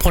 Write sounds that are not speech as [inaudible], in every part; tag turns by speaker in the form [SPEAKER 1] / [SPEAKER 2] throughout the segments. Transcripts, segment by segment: [SPEAKER 1] Prøv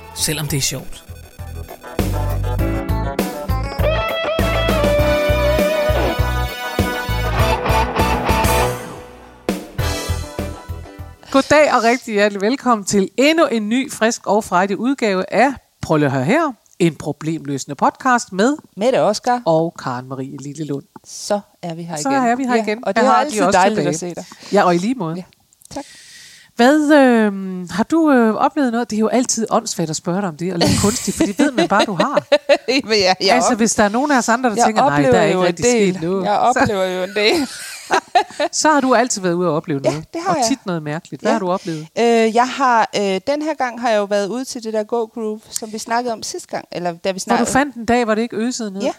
[SPEAKER 1] selvom det er sjovt.
[SPEAKER 2] Goddag og rigtig hjertelig velkommen til endnu en ny, frisk og frejdig udgave af Prøv lige at høre her, en problemløsende podcast med
[SPEAKER 3] Mette og Oscar,
[SPEAKER 2] og Karen Marie Lillelund.
[SPEAKER 3] så er vi her
[SPEAKER 2] Så
[SPEAKER 3] igen.
[SPEAKER 2] er vi her
[SPEAKER 3] ja,
[SPEAKER 2] igen.
[SPEAKER 3] Og det
[SPEAKER 2] Her
[SPEAKER 3] er
[SPEAKER 2] har de
[SPEAKER 3] altid
[SPEAKER 2] også
[SPEAKER 3] dejligt
[SPEAKER 2] tilbage.
[SPEAKER 3] at se dig.
[SPEAKER 2] Ja, og i lige måde. Ja.
[SPEAKER 3] Ja.
[SPEAKER 2] [laughs]
[SPEAKER 3] Tak.
[SPEAKER 2] Hvad, øh, har du øh, oplevet noget? Det er jo altid åndssvagt at spørge dig om det, og lidt kunstigt, for det ved man bare, du har.
[SPEAKER 3] Men jeg, [laughs] jeg,
[SPEAKER 2] altså,
[SPEAKER 3] op-
[SPEAKER 2] hvis der er nogen af os andre, der
[SPEAKER 3] jeg
[SPEAKER 2] tænker, nej,
[SPEAKER 3] oplever
[SPEAKER 2] der er
[SPEAKER 3] jo
[SPEAKER 2] ikke
[SPEAKER 3] en
[SPEAKER 2] rigtig
[SPEAKER 3] del.
[SPEAKER 2] sket noget,
[SPEAKER 3] Jeg
[SPEAKER 2] så,
[SPEAKER 3] oplever jo en del.
[SPEAKER 2] så har du altid været ude og opleve
[SPEAKER 3] Ja,
[SPEAKER 2] noget.
[SPEAKER 3] det har
[SPEAKER 2] og
[SPEAKER 3] jeg.
[SPEAKER 2] tit noget mærkeligt. Hvad
[SPEAKER 3] Ja.
[SPEAKER 2] har du oplevet?
[SPEAKER 3] [laughs] Øh, jeg har, øh, den her gang har jeg jo været ude til det der go-group, som vi snakkede om sidste gang. Eller da vi
[SPEAKER 2] Når
[SPEAKER 3] snakkede
[SPEAKER 2] du fandt en dag, hvor det ikke øsede ned?
[SPEAKER 3] Ja,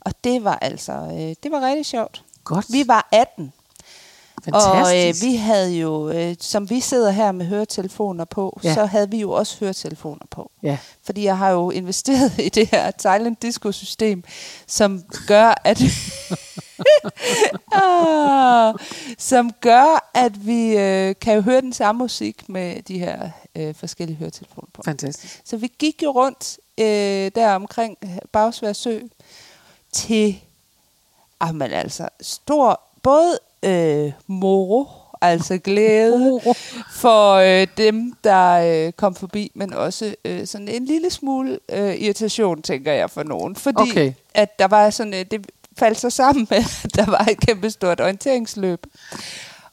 [SPEAKER 3] og det var altså, øh, det var rigtig sjovt.
[SPEAKER 2] Godt.
[SPEAKER 3] Vi var 18, og øh,
[SPEAKER 2] Fantastisk.
[SPEAKER 3] vi havde jo, øh, som vi sidder her med høretelefoner på,
[SPEAKER 2] Ja.
[SPEAKER 3] ja. så havde vi jo også høretelefoner på.
[SPEAKER 2] Ja.
[SPEAKER 3] Fordi jeg har jo investeret [laughs] i det her Thailand Disco-system, som gør, at [laughs] ah, som gør, at vi øh, kan jo høre den samme musik med de her øh, forskellige høretelefoner på.
[SPEAKER 2] Fantastisk.
[SPEAKER 3] Så vi gik jo rundt øh, der omkring Bagsvær Sø til, jamen altså, stor, både øh, moro, altså glæde
[SPEAKER 2] Moro.
[SPEAKER 3] for øh, dem, der øh, kom forbi, men også øh, sådan en lille smule øh, irritation, tænker jeg, for nogen. Fordi
[SPEAKER 2] Okay.
[SPEAKER 3] okay. at der var sådan, øh, det faldt så sammen med, at der var et kæmpestort orienteringsløb.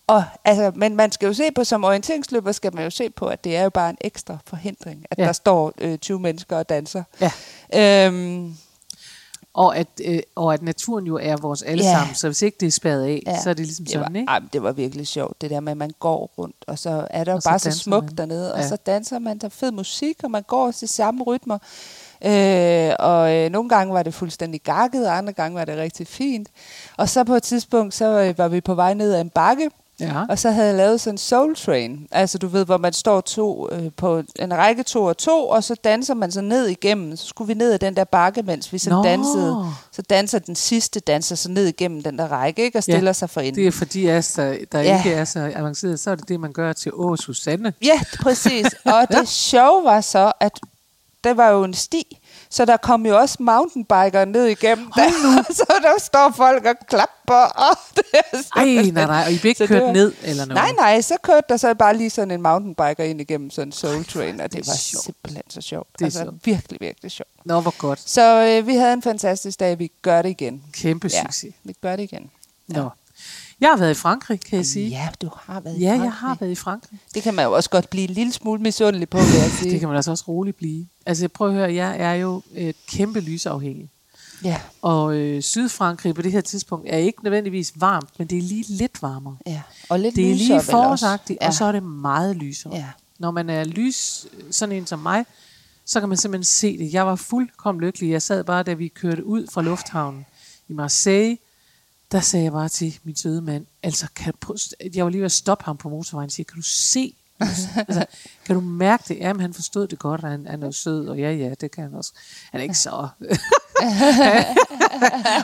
[SPEAKER 3] Og, altså, men man skal jo se på, som orienteringsløber skal man jo se på, at det er jo bare en ekstra forhindring, at
[SPEAKER 2] Ja.
[SPEAKER 3] ja. der står øh, 20 mennesker og danser.
[SPEAKER 2] Ja.
[SPEAKER 3] Øhm,
[SPEAKER 2] Og at, øh, og at naturen jo er vores alle
[SPEAKER 3] Ja.
[SPEAKER 2] sammen, så hvis ikke det er spærret af, ja. så er det ligesom
[SPEAKER 3] det var,
[SPEAKER 2] sådan, ikke?
[SPEAKER 3] Ej, men det var virkelig sjovt, det der med, at man går rundt, og så er der
[SPEAKER 2] Og
[SPEAKER 3] og
[SPEAKER 2] så
[SPEAKER 3] bare så
[SPEAKER 2] danser
[SPEAKER 3] smukt
[SPEAKER 2] man.
[SPEAKER 3] dernede, og
[SPEAKER 2] Ja.
[SPEAKER 3] så danser man, der er fed musik, og man går til samme rytmer. Øh, og øh, nogle gange var det fuldstændig gakket, og andre gange var det rigtig fint. Og så på et tidspunkt, så øh, var vi på vej ned ad en bakke,
[SPEAKER 2] Ja.
[SPEAKER 3] og så havde jeg lavet sådan en soul train. Altså du ved, hvor man står to øh, på en række to og to, og så danser man så ned igennem. Så skulle vi ned ad den der bakke, mens vi så
[SPEAKER 2] Nå.
[SPEAKER 3] dansede. Så danser den sidste danser så ned igennem den der række, ikke? Og
[SPEAKER 2] Ja.
[SPEAKER 3] stiller sig for enden.
[SPEAKER 2] Det er fordi, os, der, der ja.
[SPEAKER 3] Ja.
[SPEAKER 2] ikke er så avanceret, så er det det, man gør til Åh, Susanne.
[SPEAKER 3] Ja, præcis.
[SPEAKER 2] [laughs]
[SPEAKER 3] Og det sjove var så, at der var jo en sti, så der kom jo også mountainbikere ned igennem der. [laughs] Så der står folk og klapper. Og det er
[SPEAKER 2] Ej,
[SPEAKER 3] simpelthen-
[SPEAKER 2] nej, nej, og I blev ikke
[SPEAKER 3] Så det
[SPEAKER 2] kørt ned eller noget?
[SPEAKER 3] Nej, nej, så kørte der så bare lige sådan en mountainbiker ind igennem sådan en soul train, og det,
[SPEAKER 2] er
[SPEAKER 3] var
[SPEAKER 2] sjovt.
[SPEAKER 3] simpelthen så sjovt.
[SPEAKER 2] Det er
[SPEAKER 3] altså,
[SPEAKER 2] sjovt.
[SPEAKER 3] virkelig, virkelig sjovt.
[SPEAKER 2] Nå, hvor godt.
[SPEAKER 3] Så øh, vi havde en fantastisk dag, vi gør det igen.
[SPEAKER 2] Kæmpe succes.
[SPEAKER 3] vi gør det igen.
[SPEAKER 2] Nå. Jeg har været i Frankrig, kan jeg sige.
[SPEAKER 3] Ja, du har været i
[SPEAKER 2] Ja, jeg
[SPEAKER 3] Frankrig.
[SPEAKER 2] har været i Frankrig.
[SPEAKER 3] Det kan man jo også godt blive en lille smule misundelig på, vil jeg
[SPEAKER 2] [laughs]
[SPEAKER 3] sige.
[SPEAKER 2] Det kan man altså også roligt blive. Altså, prøv at høre, jeg er jo øh, kæmpe lysafhængig.
[SPEAKER 3] Ja,
[SPEAKER 2] Og øh, Sydfrankrig på det her tidspunkt er ikke nødvendigvis varmt, men det er lige lidt varmere.
[SPEAKER 3] ja. Og lidt
[SPEAKER 2] Det er
[SPEAKER 3] lysere
[SPEAKER 2] lige
[SPEAKER 3] vel også.
[SPEAKER 2] forårsagtigt, ja.
[SPEAKER 3] ja.
[SPEAKER 2] og så er det meget lysere.
[SPEAKER 3] Ja.
[SPEAKER 2] Når man er lys, sådan en som mig, så kan man simpelthen se det. Jeg var fuldkommen lykkelig. Jeg sad bare, da vi kørte ud fra lufthavnen i Marseille, der sagde jeg bare til min søde mand, altså, kan du prø- jeg var lige ved at stoppe ham på motorvejen og sige, kan du se lyset? altså, kan du mærke det? Jamen, han forstod det godt, og han, han er jo sød, og ja, ja, det kan han også. Han er ikke så [laughs]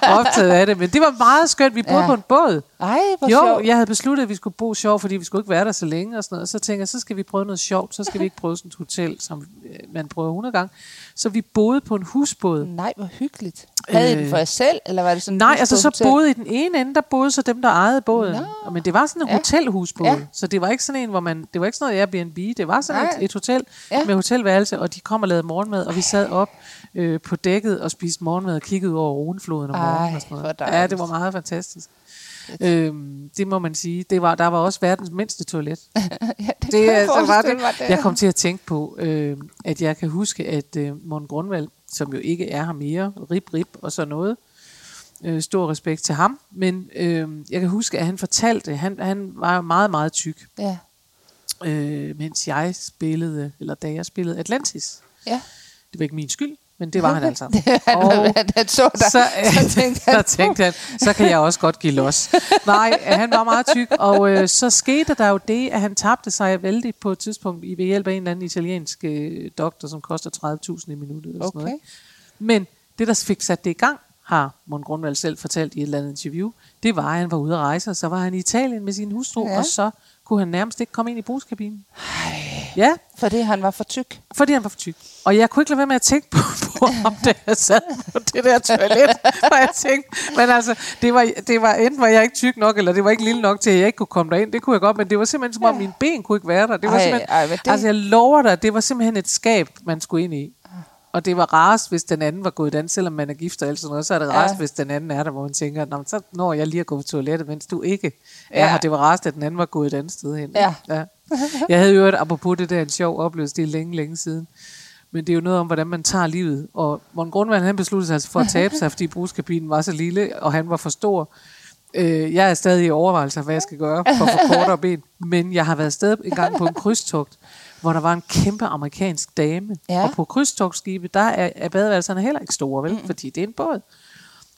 [SPEAKER 2] optaget af det, men det var meget skønt. Vi boede ja.
[SPEAKER 3] Ja.
[SPEAKER 2] på en båd.
[SPEAKER 3] Ej, hvor
[SPEAKER 2] jo,
[SPEAKER 3] sjovt.
[SPEAKER 2] jeg havde besluttet, at vi skulle bo sjovt, fordi vi skulle ikke være der så længe og sådan noget. Så tænkte jeg, så skal vi prøve noget sjovt. Så skal vi ikke prøve sådan et hotel, som øh, man prøver 100 gange. Så vi boede på en husbåd.
[SPEAKER 3] Nej, hvor hyggeligt. Havde I den for jer selv, eller var det sådan?
[SPEAKER 2] Øh, Nej,
[SPEAKER 3] et
[SPEAKER 2] altså så
[SPEAKER 3] husbåd til?
[SPEAKER 2] boede i den ene ende, der boede så dem, der ejede båden.
[SPEAKER 3] Nå.
[SPEAKER 2] Men det var sådan en ja.
[SPEAKER 3] Ja.
[SPEAKER 2] hotelhusbåd. Ja.
[SPEAKER 3] Ja.
[SPEAKER 2] Så det var ikke sådan en, hvor man, det var ikke sådan noget Airbnb, det var sådan
[SPEAKER 3] Nej.
[SPEAKER 2] et, et hotel ja.
[SPEAKER 3] Ja.
[SPEAKER 2] med hotelværelse, og de kom og lavede morgenmad, og vi sad op øh, på dækket og spiste morgenmad og kiggede ud over Runefloden om
[SPEAKER 3] Ej,
[SPEAKER 2] morgenen og sådan noget.
[SPEAKER 3] hvor
[SPEAKER 2] Ja,
[SPEAKER 3] dejligt.
[SPEAKER 2] det var meget fantastisk. Øhm, det må man sige. Det var, der var også verdens mindste toilet.
[SPEAKER 3] ja, det,
[SPEAKER 2] Det
[SPEAKER 3] kan
[SPEAKER 2] er
[SPEAKER 3] jeg
[SPEAKER 2] altså
[SPEAKER 3] forestille mig,
[SPEAKER 2] ret. Jeg kom til at tænke på, øh, at jeg kan huske, at øh, Morten Grundvald, som jo ikke er her mere, rip, rip og sådan noget, øh, stor respekt til ham, men øh, jeg kan huske, at han fortalte, han, han var jo meget, meget tyk,
[SPEAKER 3] Ja,
[SPEAKER 2] øh, mens jeg spillede, eller da jeg spillede Atlantis.
[SPEAKER 3] ja. [laughs]
[SPEAKER 2] Det var ikke min skyld, men det var han altså.
[SPEAKER 3] han,
[SPEAKER 2] Og-
[SPEAKER 3] han, han så dig,
[SPEAKER 2] så, øh,
[SPEAKER 3] så tænkte
[SPEAKER 2] han,
[SPEAKER 3] han,
[SPEAKER 2] [laughs] så tænkte han, så kan jeg også godt give los. Nej, øh, han var meget tyk, og øh, så skete der jo det, at han tabte sig vældig på et tidspunkt i- ved hjælp af en eller anden italiensk øh, doktor, som koster 30.000 i minuttet. Eller sådan noget,
[SPEAKER 3] Okay.
[SPEAKER 2] ikke? Men det, der fik sat det i gang, har Mon Grundvald selv fortalt i et eller andet interview, det var, at han var ude at rejse, og så var han i Italien med sin hustru,
[SPEAKER 3] Ja.
[SPEAKER 2] ja. og så kunne han nærmest ikke komme ind i brugskabinen. Ja,
[SPEAKER 3] fordi han var for tyk.
[SPEAKER 2] fordi han var for tyk. Og jeg kunne ikke lade være med at tænke på, [laughs] på ham, da jeg sad på det der toilet. Og jeg tænkte, men altså, det var, det var, enten var jeg ikke tyk nok, eller det var ikke lille nok til, at jeg ikke kunne komme derind. Det kunne jeg godt, men det var simpelthen som om, mine ben kunne ikke være der. Det var
[SPEAKER 3] Ej,
[SPEAKER 2] simpelthen,
[SPEAKER 3] ej, men det-
[SPEAKER 2] Altså, jeg lover dig, det var simpelthen et skab, man skulle ind i. Og det var rarest, hvis den anden var gået i dans, selvom man er gift og alt sådan noget, så er det rarest,
[SPEAKER 3] Ja.
[SPEAKER 2] hvis den anden er der, hvor man tænker, Nå, men så når jeg lige at gå på toilettet, mens du ikke er
[SPEAKER 3] Ja.
[SPEAKER 2] her. Det var rarest, at den anden var gået et andet sted hen.
[SPEAKER 3] Ja.
[SPEAKER 2] Ja. [laughs] Jeg havde jo hørt, apropos det der, en sjov oplevelse, det er længe, længe siden. Men det er jo noget om, hvordan man tager livet. Og Morten Grundvald, han besluttede sig altså for at tabe sig, fordi brugskabinen var så lille, og han var for stor. Øh, jeg er stadig i overvejelser, hvad jeg skal gøre for at få kortere ben. Men jeg har været afsted en gang på en krydstogt, hvor der var en kæmpe amerikansk dame.
[SPEAKER 3] Ja.
[SPEAKER 2] Ja. Og på krydstogtskibe, der er, er badeværelserne heller ikke store, vel? Mm. Fordi det er en båd.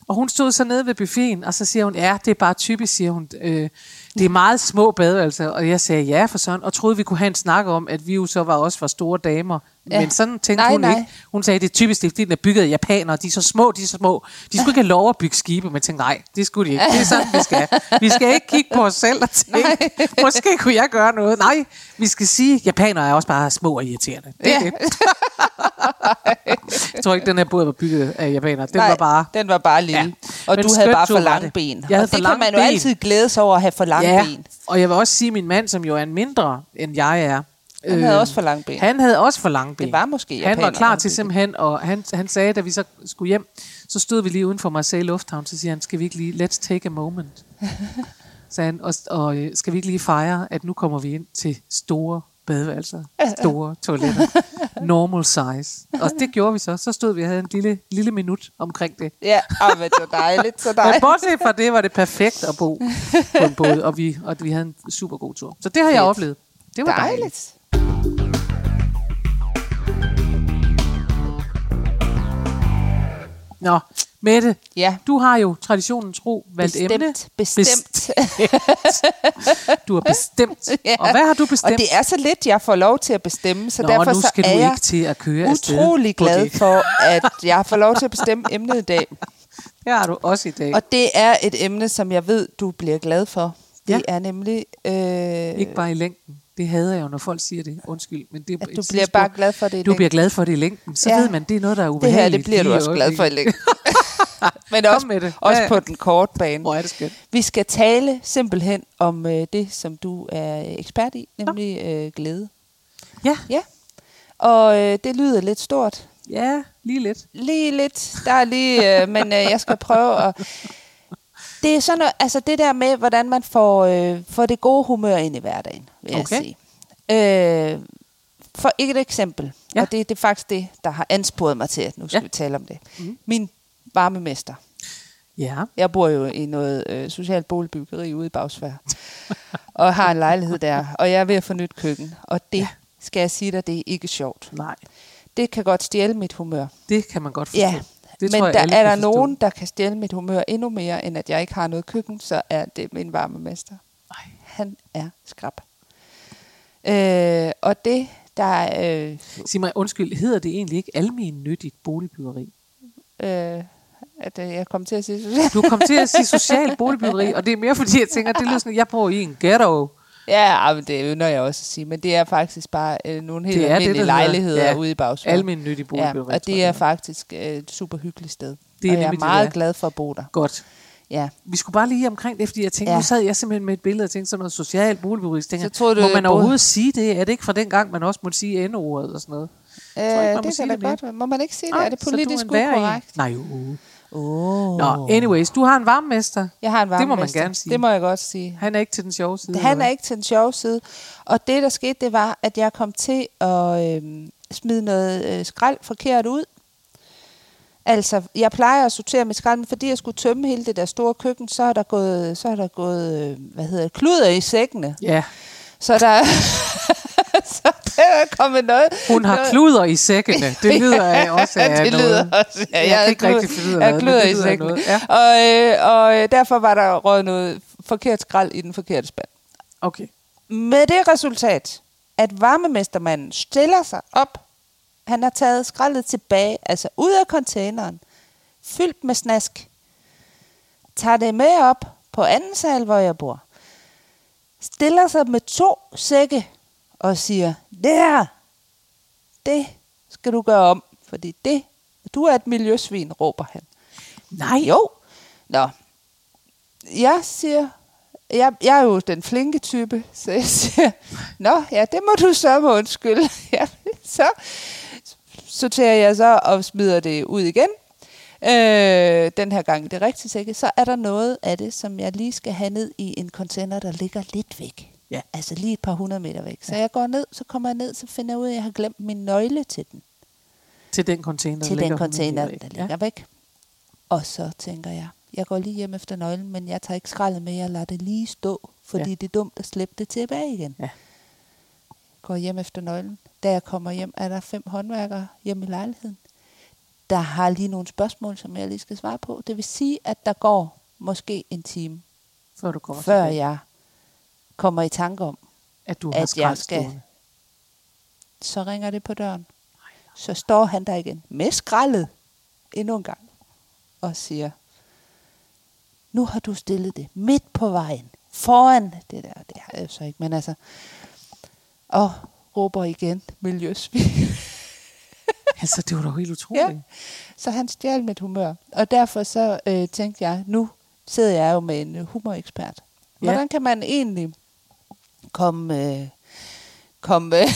[SPEAKER 2] Og hun stod så nede ved buffeten, og så siger hun, ja, det er bare typisk, siger hun. Øh, det er meget små badeværelser. Og jeg sagde, ja, for sådan. Og troede, vi kunne have en snak om, at vi jo så var også for store damer.
[SPEAKER 3] Ja.
[SPEAKER 2] Ja. Men sådan tænkte
[SPEAKER 3] Nej,
[SPEAKER 2] hun
[SPEAKER 3] nej.
[SPEAKER 2] ikke. Hun sagde, det er typisk, det er fordi, den er bygget af japanere. De er så små, de er så små. De skulle ikke have lov at bygge skibe, men tænkte, nej, det skulle de ikke. Det er sådan, vi skal. Vi skal ikke kigge på os selv og tænke, [laughs] måske kunne jeg gøre noget. Nej, vi skal sige, at japanere er også bare små og irriterende. Det er
[SPEAKER 3] Ja.
[SPEAKER 2] ja. det. Jeg tror ikke, den her båd var bygget af japanere. Den
[SPEAKER 3] Nej,
[SPEAKER 2] var bare
[SPEAKER 3] den var bare lille.
[SPEAKER 2] Ja.
[SPEAKER 3] Og
[SPEAKER 2] Men
[SPEAKER 3] du havde
[SPEAKER 2] skønt
[SPEAKER 3] bare for
[SPEAKER 2] tur var
[SPEAKER 3] lange
[SPEAKER 2] det.
[SPEAKER 3] ben.
[SPEAKER 2] Jeg havde
[SPEAKER 3] og
[SPEAKER 2] for
[SPEAKER 3] det kan
[SPEAKER 2] lange
[SPEAKER 3] man jo
[SPEAKER 2] ben.
[SPEAKER 3] altid glæde sig over at have for lange
[SPEAKER 2] ja.
[SPEAKER 3] ben.
[SPEAKER 2] Og jeg vil også sige, at min mand, som jo er en mindre, end jeg er. øh,
[SPEAKER 3] Han havde også for lange ben.
[SPEAKER 2] Han havde også for lange ben.
[SPEAKER 3] var måske
[SPEAKER 2] Han var
[SPEAKER 3] japanere,
[SPEAKER 2] klar
[SPEAKER 3] han
[SPEAKER 2] til
[SPEAKER 3] fik det.
[SPEAKER 2] simpelthen, og han, han sagde, da vi så skulle hjem, så stod vi lige uden for Marseille Lufthavn, så siger han, skal vi ikke lige, let's take a
[SPEAKER 3] [laughs]
[SPEAKER 2] moment. sagde han, og, og øh, skal vi ikke lige fejre, at nu kommer vi ind til store
[SPEAKER 3] [laughs]
[SPEAKER 2] badeværelser, store toiletter, normal size. Og det gjorde vi så. Så stod vi og havde en lille, lille minut omkring det.
[SPEAKER 3] Ja, og men det var dejligt, så
[SPEAKER 2] Men
[SPEAKER 3] dejligt.
[SPEAKER 2] bortset fra det, var det perfekt at bo på en båd, og vi, og vi havde en super god tur. Så det har jeg
[SPEAKER 3] Fedt.
[SPEAKER 2] oplevet. Det var dejligt. dejligt.
[SPEAKER 3] dejligt.
[SPEAKER 2] Nå, Mette,
[SPEAKER 3] Ja.
[SPEAKER 2] du har jo traditionen tro valgt emne.
[SPEAKER 3] Bestemt, bestemt.
[SPEAKER 2] du har bestemt.
[SPEAKER 3] [laughs] Ja.
[SPEAKER 2] ja. Og hvad har du bestemt?
[SPEAKER 3] Og det er så lidt, jeg får lov til at bestemme, så
[SPEAKER 2] Nå,
[SPEAKER 3] derfor
[SPEAKER 2] nu skal
[SPEAKER 3] så
[SPEAKER 2] du
[SPEAKER 3] er jeg
[SPEAKER 2] ikke til at køre afsted
[SPEAKER 3] utrolig
[SPEAKER 2] på
[SPEAKER 3] glad
[SPEAKER 2] det.
[SPEAKER 3] for, at jeg får lov til at bestemme emnet i dag.
[SPEAKER 2] det har du også i dag. Og
[SPEAKER 3] Og det er et emne, som jeg ved, du bliver glad for. Det
[SPEAKER 2] Ja.
[SPEAKER 3] er nemlig... Øh,
[SPEAKER 2] ikke bare i længden. Det hader jeg jo, når folk siger det. Undskyld, men det er
[SPEAKER 3] At
[SPEAKER 2] et
[SPEAKER 3] du
[SPEAKER 2] sidespor.
[SPEAKER 3] bliver bare glad for det
[SPEAKER 2] Du
[SPEAKER 3] i længden.
[SPEAKER 2] bliver glad for det i længden. Så
[SPEAKER 3] Ja.
[SPEAKER 2] ja. ved man, det er noget, der er
[SPEAKER 3] det
[SPEAKER 2] ubehageligt.
[SPEAKER 3] her, det bliver du
[SPEAKER 2] lige i
[SPEAKER 3] også glad for i
[SPEAKER 2] øjeblikket.
[SPEAKER 3] længden. [laughs] Men
[SPEAKER 2] Kom
[SPEAKER 3] også,
[SPEAKER 2] med det.
[SPEAKER 3] også
[SPEAKER 2] Ja, ja.
[SPEAKER 3] på den korte bane.
[SPEAKER 2] Hvor er det skønt.
[SPEAKER 3] Vi skal tale simpelthen om øh, det, som du er ekspert i, nemlig øh, glæde.
[SPEAKER 2] Ja,
[SPEAKER 3] Ja. Og øh, det lyder lidt stort.
[SPEAKER 2] ja, lige lidt.
[SPEAKER 3] Lige lidt. Der er lige, øh, men øh, jeg skal prøve at... Det er sådan noget, altså det der med, hvordan man får, øh, får det gode humør ind i hverdagen, vil okay.
[SPEAKER 2] Okay.
[SPEAKER 3] jeg sige. Øh, for ikke et eksempel, ja.
[SPEAKER 2] Ja.
[SPEAKER 3] og det, det er faktisk det, der har ansporet mig til, at nu skal ja.
[SPEAKER 2] Ja.
[SPEAKER 3] vi tale om det. Mm. Min varmemester.
[SPEAKER 2] Ja,
[SPEAKER 3] Jeg bor jo i noget øh, socialt boligbyggeri ude i Bagsvær, og har en lejlighed der, og jeg er ved at få nyt køkken, og det ja. skal jeg sige dig, det er ikke sjovt.
[SPEAKER 2] nej.
[SPEAKER 3] Det kan godt stjæle mit humør.
[SPEAKER 2] Det kan man godt forstå.
[SPEAKER 3] Ja,
[SPEAKER 2] det
[SPEAKER 3] men
[SPEAKER 2] tror jeg,
[SPEAKER 3] der
[SPEAKER 2] alle
[SPEAKER 3] er
[SPEAKER 2] kan
[SPEAKER 3] der
[SPEAKER 2] forstå.
[SPEAKER 3] nogen, der kan stjæle mit humør endnu mere, end at jeg ikke har noget køkken, så er det min varmemester.
[SPEAKER 2] Ej.
[SPEAKER 3] Han er skrab. Øh, og det, der øh,
[SPEAKER 2] Sig mig, undskyld, hedder det egentlig ikke almen nyttigt boligbyggeri?
[SPEAKER 3] øh, at øh, jeg kom til at sige, [laughs]
[SPEAKER 2] Du kom til at sige socialt boligbyggeri, og det er mere fordi, jeg tænker, det lyder sådan, jeg bor i en ghetto.
[SPEAKER 3] ja, ah, men det ynder jeg også at sige, men det er faktisk bare øh, nogle helt
[SPEAKER 2] Det er det,
[SPEAKER 3] almindelige
[SPEAKER 2] der
[SPEAKER 3] lejligheder
[SPEAKER 2] hedder, ja,
[SPEAKER 3] ude i Bagsvær.
[SPEAKER 2] Almen nyttigt boligbyggeri.
[SPEAKER 3] Ja, og
[SPEAKER 2] tror
[SPEAKER 3] det er
[SPEAKER 2] jeg.
[SPEAKER 3] faktisk øh, et super hyggeligt sted.
[SPEAKER 2] Det er
[SPEAKER 3] og jeg
[SPEAKER 2] nemlig
[SPEAKER 3] er
[SPEAKER 2] det,
[SPEAKER 3] meget
[SPEAKER 2] det er.
[SPEAKER 3] glad for at bo der.
[SPEAKER 2] Godt.
[SPEAKER 3] Ja.
[SPEAKER 2] Vi skulle bare lige omkring det, fordi jeg tænkte,
[SPEAKER 3] Ja.
[SPEAKER 2] ja. nu sad jeg simpelthen med et billede og tænkte sådan noget socialt boligbyggeri. Så tænker,
[SPEAKER 3] Så troede du,
[SPEAKER 2] jeg, må man
[SPEAKER 3] både-
[SPEAKER 2] overhovedet sige det? Er det ikke fra den gang, man også måtte sige N-ordet og sådan noget? tror
[SPEAKER 3] Øh,
[SPEAKER 2] ikke, man må
[SPEAKER 3] det
[SPEAKER 2] sige
[SPEAKER 3] kan da
[SPEAKER 2] det mere.
[SPEAKER 3] godt være. Må man ikke sige det?
[SPEAKER 2] Ej,
[SPEAKER 3] er det
[SPEAKER 2] så du
[SPEAKER 3] politisk
[SPEAKER 2] en værre en.
[SPEAKER 3] ukorrekt?
[SPEAKER 2] Nej, jo.
[SPEAKER 3] Oh.
[SPEAKER 2] Nå, anyways, du har en varmemester.
[SPEAKER 3] Jeg har en varmemester.
[SPEAKER 2] Det må man gerne sige.
[SPEAKER 3] Det må jeg godt sige.
[SPEAKER 2] Han er ikke til den sjove side. eller
[SPEAKER 3] Han er
[SPEAKER 2] hvad?
[SPEAKER 3] ikke til den sjove side. Og det, der skete, det var, at jeg kom til at øhm, smide noget øh, skrald forkert ud. Altså, jeg plejer at sortere mit skrald, men fordi jeg skulle tømme hele det der store køkken, så er der gået, så er der gået øh, hvad hedder det, kluder i sækkene.
[SPEAKER 2] Ja,
[SPEAKER 3] [laughs] Så der, så der kommet noget.
[SPEAKER 2] Hun har
[SPEAKER 3] noget-
[SPEAKER 2] kluder i sækkene.
[SPEAKER 3] [laughs]
[SPEAKER 2] Det lyder af også af
[SPEAKER 3] det
[SPEAKER 2] noget.
[SPEAKER 3] lyder også. Ja,
[SPEAKER 2] jeg,
[SPEAKER 3] jeg
[SPEAKER 2] kan
[SPEAKER 3] er
[SPEAKER 2] ikke
[SPEAKER 3] klud-
[SPEAKER 2] rigtig finde ud af
[SPEAKER 3] jeg er
[SPEAKER 2] noget, men
[SPEAKER 3] kluder
[SPEAKER 2] det
[SPEAKER 3] i
[SPEAKER 2] lyder af
[SPEAKER 3] sækken.
[SPEAKER 2] noget. Ja.
[SPEAKER 3] Og, øh, og øh, derfor var der røget noget forkert skrald i den forkerte spand.
[SPEAKER 2] Okay.
[SPEAKER 3] Med det resultat, at varmemestermanden stiller sig op. Han har taget skraldet tilbage, altså ud af containeren, fyldt med snask. Tager det med op på anden sal, hvor jeg bor. Stiller sig med to sække og siger, det her, det skal du gøre om, fordi det, du er et miljøsvin, råber han.
[SPEAKER 2] Nej.
[SPEAKER 3] Jo. Nå. Jeg siger, jeg, jeg er jo den flinke type, så jeg siger, nå, ja, det må du så må undskylde. [laughs] Ja, så sorterer jeg så og smider det ud igen. Øh, den her gang i det rigtige sække, så er der noget af det, som jeg lige skal have ned i en container, der ligger lidt væk.
[SPEAKER 2] Ja.
[SPEAKER 3] Altså lige et par hundrede meter væk. Så jeg går ned, så kommer jeg ned, så finder jeg ud af, at jeg har glemt min nøgle til den
[SPEAKER 2] Til den container, der
[SPEAKER 3] til den
[SPEAKER 2] ligger
[SPEAKER 3] container,
[SPEAKER 2] hundrede
[SPEAKER 3] der
[SPEAKER 2] meter væk.
[SPEAKER 3] ligger ja. væk. Og så tænker jeg, jeg går lige hjem efter nøglen, men jeg tager ikke skraldet med, jeg lader det lige stå, fordi
[SPEAKER 2] Ja.
[SPEAKER 3] ja. det er dumt at slippe det tilbage igen.
[SPEAKER 2] Ja.
[SPEAKER 3] Går hjem efter nøglen. Da jeg kommer hjem, er der fem håndværkere hjemme i lejligheden. Der har lige nogle spørgsmål, som jeg lige skal svare på. Det vil sige, at der går måske en time,
[SPEAKER 2] Ja. Før du kommer
[SPEAKER 3] før
[SPEAKER 2] tilbage,
[SPEAKER 3] jeg kommer i tanke om,
[SPEAKER 2] at du har
[SPEAKER 3] at jeg
[SPEAKER 2] skrald
[SPEAKER 3] skal-
[SPEAKER 2] stående.
[SPEAKER 3] så ringer det på døren. Så står han der igen med skraldet endnu en gang og siger, nu har du stillet det midt på vejen, foran det der. Det har jeg jo så ikke, men altså. Og råber igen, miljøsvin.
[SPEAKER 2] Altså, det var da helt utroligt.
[SPEAKER 3] ja. [laughs] Så han stjal mit humør. Og derfor så øh, tænkte jeg, nu sidder jeg jo med en øh, humorekspert.
[SPEAKER 2] Ja.
[SPEAKER 3] Hvordan kan man egentlig komme... Øh, komme [laughs] øh,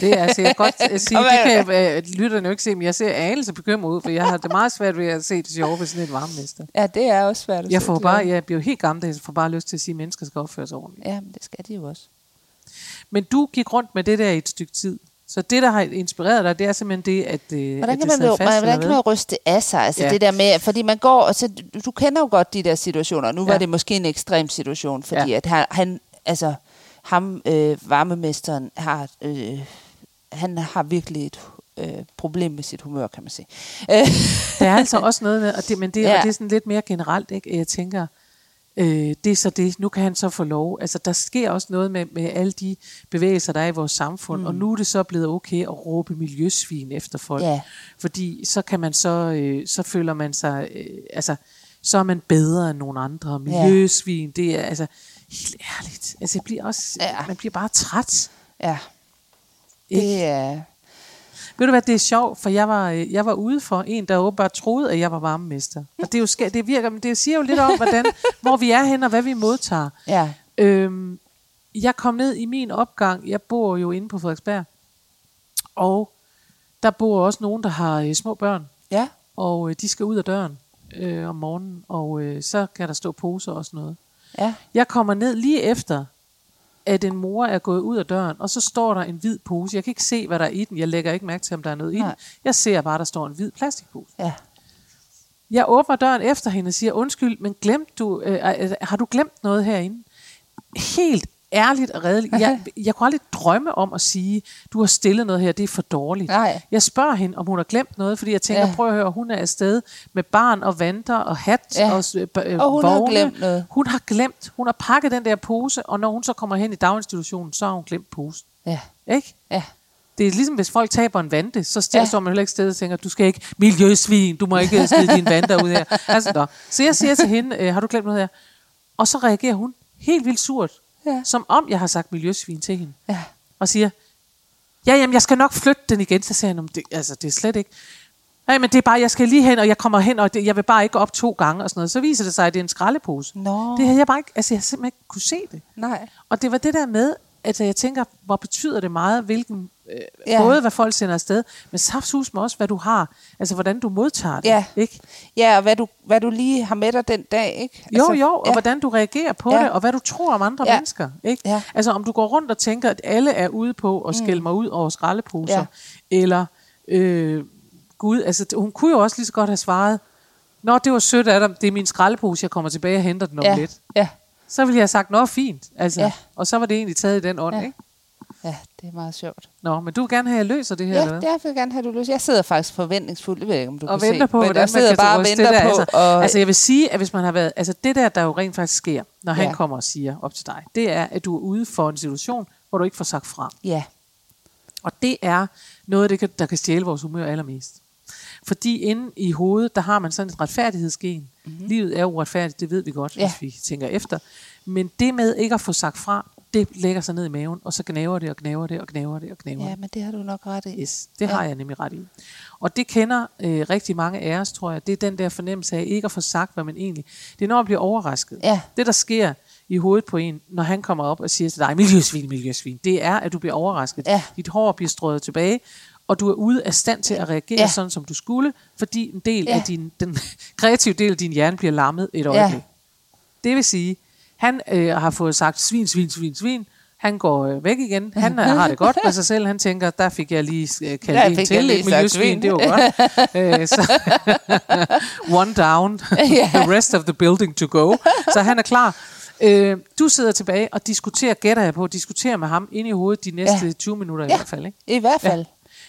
[SPEAKER 2] Det er altså, jeg kan
[SPEAKER 3] [laughs]
[SPEAKER 2] godt øh, sige,
[SPEAKER 3] Kom
[SPEAKER 2] det
[SPEAKER 3] her.
[SPEAKER 2] kan øh, lytterne jo ikke se, men jeg ser anelse bekymret ud, for jeg har det meget svært ved at se det sjove ved sådan et varmemester.
[SPEAKER 3] ja, det er også svært at
[SPEAKER 2] Jeg
[SPEAKER 3] se
[SPEAKER 2] får
[SPEAKER 3] til.
[SPEAKER 2] bare, jeg bliver jo helt gammeldags, jeg får bare lyst til at sige, at mennesker skal opføre sig ordentligt.
[SPEAKER 3] Ja, men det skal de jo også.
[SPEAKER 2] Men du gik rundt med det der i et stykke tid. Så det, der har inspireret dig, det er simpelthen det, at, øh,
[SPEAKER 3] Hvordan
[SPEAKER 2] at
[SPEAKER 3] kan,
[SPEAKER 2] det
[SPEAKER 3] man,
[SPEAKER 2] sad
[SPEAKER 3] jo,
[SPEAKER 2] fast,
[SPEAKER 3] man,
[SPEAKER 2] eller
[SPEAKER 3] hvordan kan
[SPEAKER 2] hvad?
[SPEAKER 3] man ryste det af sig? Altså
[SPEAKER 2] Ja.
[SPEAKER 3] ja. det der med, fordi man går, og så, du, du kender jo godt de der situationer. Nu var
[SPEAKER 2] Ja.
[SPEAKER 3] det måske en ekstrem situation, fordi
[SPEAKER 2] Ja.
[SPEAKER 3] ja. at han, han, altså ham, øh, varmemesteren, har, øh, han har virkelig et øh, problem med sit humør, kan man sige. Øh, [laughs]
[SPEAKER 2] Der er altså også noget med, og det, men det, ja.
[SPEAKER 3] Ja.
[SPEAKER 2] og det er sådan lidt mere generelt, ikke? jeg tænker, øh, det er så det, nu kan han så få lov. Altså der sker også noget med, med alle de bevægelser, der er i vores samfund, mm. og nu er det så blevet okay at råbe miljøsvin efter folk.
[SPEAKER 3] Ja.
[SPEAKER 2] Fordi så kan man så, øh, så føler man sig, øh, altså så er man bedre end nogen andre. Miljøsvin, ja. det er altså helt ærligt. Altså jeg bliver også, ja.
[SPEAKER 3] Ja.
[SPEAKER 2] man bliver bare træt.
[SPEAKER 3] ja,
[SPEAKER 2] Ikke?
[SPEAKER 3] det er...
[SPEAKER 2] Ved du hvad, det er sjovt, for jeg var, øh, jeg var ude for en, der åbenbart troede, at jeg var varmemester. Og det, er jo, skæ- det virker, men det siger jo lidt om, hvordan, hvor vi er henne og hvad vi modtager.
[SPEAKER 3] Ja.
[SPEAKER 2] Øhm, jeg kom ned i min opgang, jeg bor jo inde på Frederiksberg, og der bor også nogen, der har øh, små børn,
[SPEAKER 3] Ja,
[SPEAKER 2] og øh, de skal ud af døren øh, om morgenen, og øh, så kan der stå poser og sådan noget.
[SPEAKER 3] ja,
[SPEAKER 2] Jeg kommer ned lige efter, at en mor er gået ud af døren, og så står der en hvid pose. Jeg kan ikke se, hvad der er i den. Jeg lægger ikke mærke til, om der er noget i den.
[SPEAKER 3] Nej.
[SPEAKER 2] Jeg ser bare, der står en hvid plastikpose.
[SPEAKER 3] ja.
[SPEAKER 2] Jeg åbner døren efter hende og siger, undskyld, men glemte du, øh, øh, har du glemt noget herinde? Helt ærligt og redeligt.
[SPEAKER 3] [laughs]
[SPEAKER 2] Jeg, jeg kunne aldrig drømme om at sige, du har stillet noget her, det er for dårligt.
[SPEAKER 3] Nej.
[SPEAKER 2] Jeg spørger hende, om hun har glemt noget, fordi jeg tænker, ja.
[SPEAKER 3] Ja.
[SPEAKER 2] prøv at høre, hun er afsted med barn og vanter og hat
[SPEAKER 3] Ja.
[SPEAKER 2] og, øh, b- øh,
[SPEAKER 3] Og hun har
[SPEAKER 2] vogne.
[SPEAKER 3] glemt noget.
[SPEAKER 2] Hun har glemt. Hun har pakket den der pose, og når hun så kommer hen i daginstitutionen, så har hun glemt posen.
[SPEAKER 3] Ja,
[SPEAKER 2] Ikke?
[SPEAKER 3] ja.
[SPEAKER 2] Det er ligesom, hvis folk taber en vante, så stiller, ja.
[SPEAKER 3] Ja.
[SPEAKER 2] står man heller ikke stedet og tænker, du skal ikke, miljøsvin, du må ikke øh, smide dine vanter ud
[SPEAKER 3] [laughs]
[SPEAKER 2] her. Altså, nå. Så jeg siger til hende, øh, har du glemt noget her? Og så reagerer hun helt vildt surt, ja.
[SPEAKER 3] Ja.
[SPEAKER 2] som om jeg har sagt miljøsvin til hende.
[SPEAKER 3] Ja.
[SPEAKER 2] Og siger, ja, jamen, jeg skal nok flytte den igen. Så siger han, "Nå, men det, altså, det er slet ikke. Nej, men det er bare, jeg skal lige hen, og jeg kommer hen, og det, jeg vil bare ikke gå op to gange og sådan noget. Så viser det sig, at det er en skraldepose.
[SPEAKER 3] Nå.
[SPEAKER 2] Det havde jeg bare ikke, altså, jeg havde simpelthen ikke kunne se det.
[SPEAKER 3] Nej.
[SPEAKER 2] Og det var det der med, at jeg tænker, hvor betyder det meget, hvilken, øh, ja.
[SPEAKER 3] Ja.
[SPEAKER 2] både hvad folk sender afsted, men saftsus med også, hvad du har, altså hvordan du modtager det,
[SPEAKER 3] Ja.
[SPEAKER 2] ikke?
[SPEAKER 3] Ja, og hvad du, hvad du lige har med dig den dag, ikke?
[SPEAKER 2] Jo, altså, jo, og
[SPEAKER 3] ja.
[SPEAKER 2] hvordan du reagerer på ja.
[SPEAKER 3] Ja.
[SPEAKER 2] det, og hvad du tror om andre ja.
[SPEAKER 3] Ja.
[SPEAKER 2] mennesker, ikke?
[SPEAKER 3] Ja. Mm.
[SPEAKER 2] Altså om du går rundt og tænker, at alle er ude på at skælde mig ud over skraldeposer, ja.
[SPEAKER 3] Ja.
[SPEAKER 2] eller, øh, gud, altså t- hun kunne jo også lige så godt have svaret, Nå, det var sødt af dig, det er min skraldepose, jeg kommer tilbage og henter den om
[SPEAKER 3] ja.
[SPEAKER 2] lidt.
[SPEAKER 3] Ja,
[SPEAKER 2] Så ville jeg have sagt, nå, fint, altså, ja.
[SPEAKER 3] Ja.
[SPEAKER 2] og så var det egentlig taget i den ånd, ja.
[SPEAKER 3] Ja.
[SPEAKER 2] ikke?
[SPEAKER 3] Ja, det er meget sjovt.
[SPEAKER 2] Nå, men du vil gerne have, at jeg løser det her,
[SPEAKER 3] Ja,
[SPEAKER 2] eller hvad?
[SPEAKER 3] derfor vil jeg gerne have, du løs. Jeg sidder faktisk forventningsfuld, det ved jeg ikke, om du
[SPEAKER 2] og
[SPEAKER 3] kan
[SPEAKER 2] venter
[SPEAKER 3] se.
[SPEAKER 2] på,
[SPEAKER 3] men
[SPEAKER 2] hvordan
[SPEAKER 3] jeg
[SPEAKER 2] man
[SPEAKER 3] sidder
[SPEAKER 2] kan
[SPEAKER 3] bare og
[SPEAKER 2] ryste
[SPEAKER 3] venter
[SPEAKER 2] det der.
[SPEAKER 3] på,
[SPEAKER 2] altså,
[SPEAKER 3] og,
[SPEAKER 2] altså, jeg vil sige, at hvis man har været... Altså, det der, der jo rent faktisk sker, når han
[SPEAKER 3] Ja.
[SPEAKER 2] kommer og siger op til dig, det er, at du er ude for en situation, hvor du ikke får sagt fra.
[SPEAKER 3] ja,
[SPEAKER 2] Og det er noget, af det, kan- der kan stjæle vores humør allermest. Fordi inde i hovedet, der har man sådan et retfærdighedsgen. Mm-hmm. Livet er uretfærdigt, det ved vi godt,
[SPEAKER 3] Mhm. Ja.
[SPEAKER 2] hvis vi tænker efter. Men det med ikke at få sagt fra, det lægger sig ned i maven, og så gnaver det og gnaver det og gnaver det og gnaver
[SPEAKER 3] ja,
[SPEAKER 2] det.
[SPEAKER 3] men det har du nok ret i.
[SPEAKER 2] Yes, det har jeg nemlig ret i. Og det kender øh, rigtig mange af os, tror jeg. Det er den der fornemmelse af ikke at få sagt, hvad man egentlig... Det er når man bliver overrasket.
[SPEAKER 3] Ja.
[SPEAKER 2] Det, der sker i hovedet på en, når han kommer op og siger til dig, miljøsvin, miljøsvin, det er, at du bliver overrasket.
[SPEAKER 3] Ja.
[SPEAKER 2] Dit hår bliver strøget tilbage, og du er ude af stand til at reagere
[SPEAKER 3] Ja.
[SPEAKER 2] ja. sådan, som du skulle, fordi en del
[SPEAKER 3] Ja.
[SPEAKER 2] ja. af din, den [laughs] kreative del af din hjerne bliver lammet et øjeblik. Ja. Det vil sige, han øh, har fået sagt svin, svin, svin, svin. Han går øh, væk igen. Han øh, har det godt med sig selv. Han tænker, der fik jeg lige øh,
[SPEAKER 3] Der
[SPEAKER 2] kaldt en
[SPEAKER 3] fik
[SPEAKER 2] til.
[SPEAKER 3] jeg lige
[SPEAKER 2] Et
[SPEAKER 3] sagt svin.
[SPEAKER 2] miljøsvin, det var godt.
[SPEAKER 3] [laughs]
[SPEAKER 2] Øh, så [laughs] one down, the rest of the building to go. Så han er klar. Øh, du sidder tilbage og diskuterer, gætter jeg på, diskuterer med ham ind i hovedet de næste
[SPEAKER 3] Ja.
[SPEAKER 2] ja. 20 minutter i
[SPEAKER 3] Ja.
[SPEAKER 2] hvert fald. Ikke?
[SPEAKER 3] I hvert fald.
[SPEAKER 2] Ja.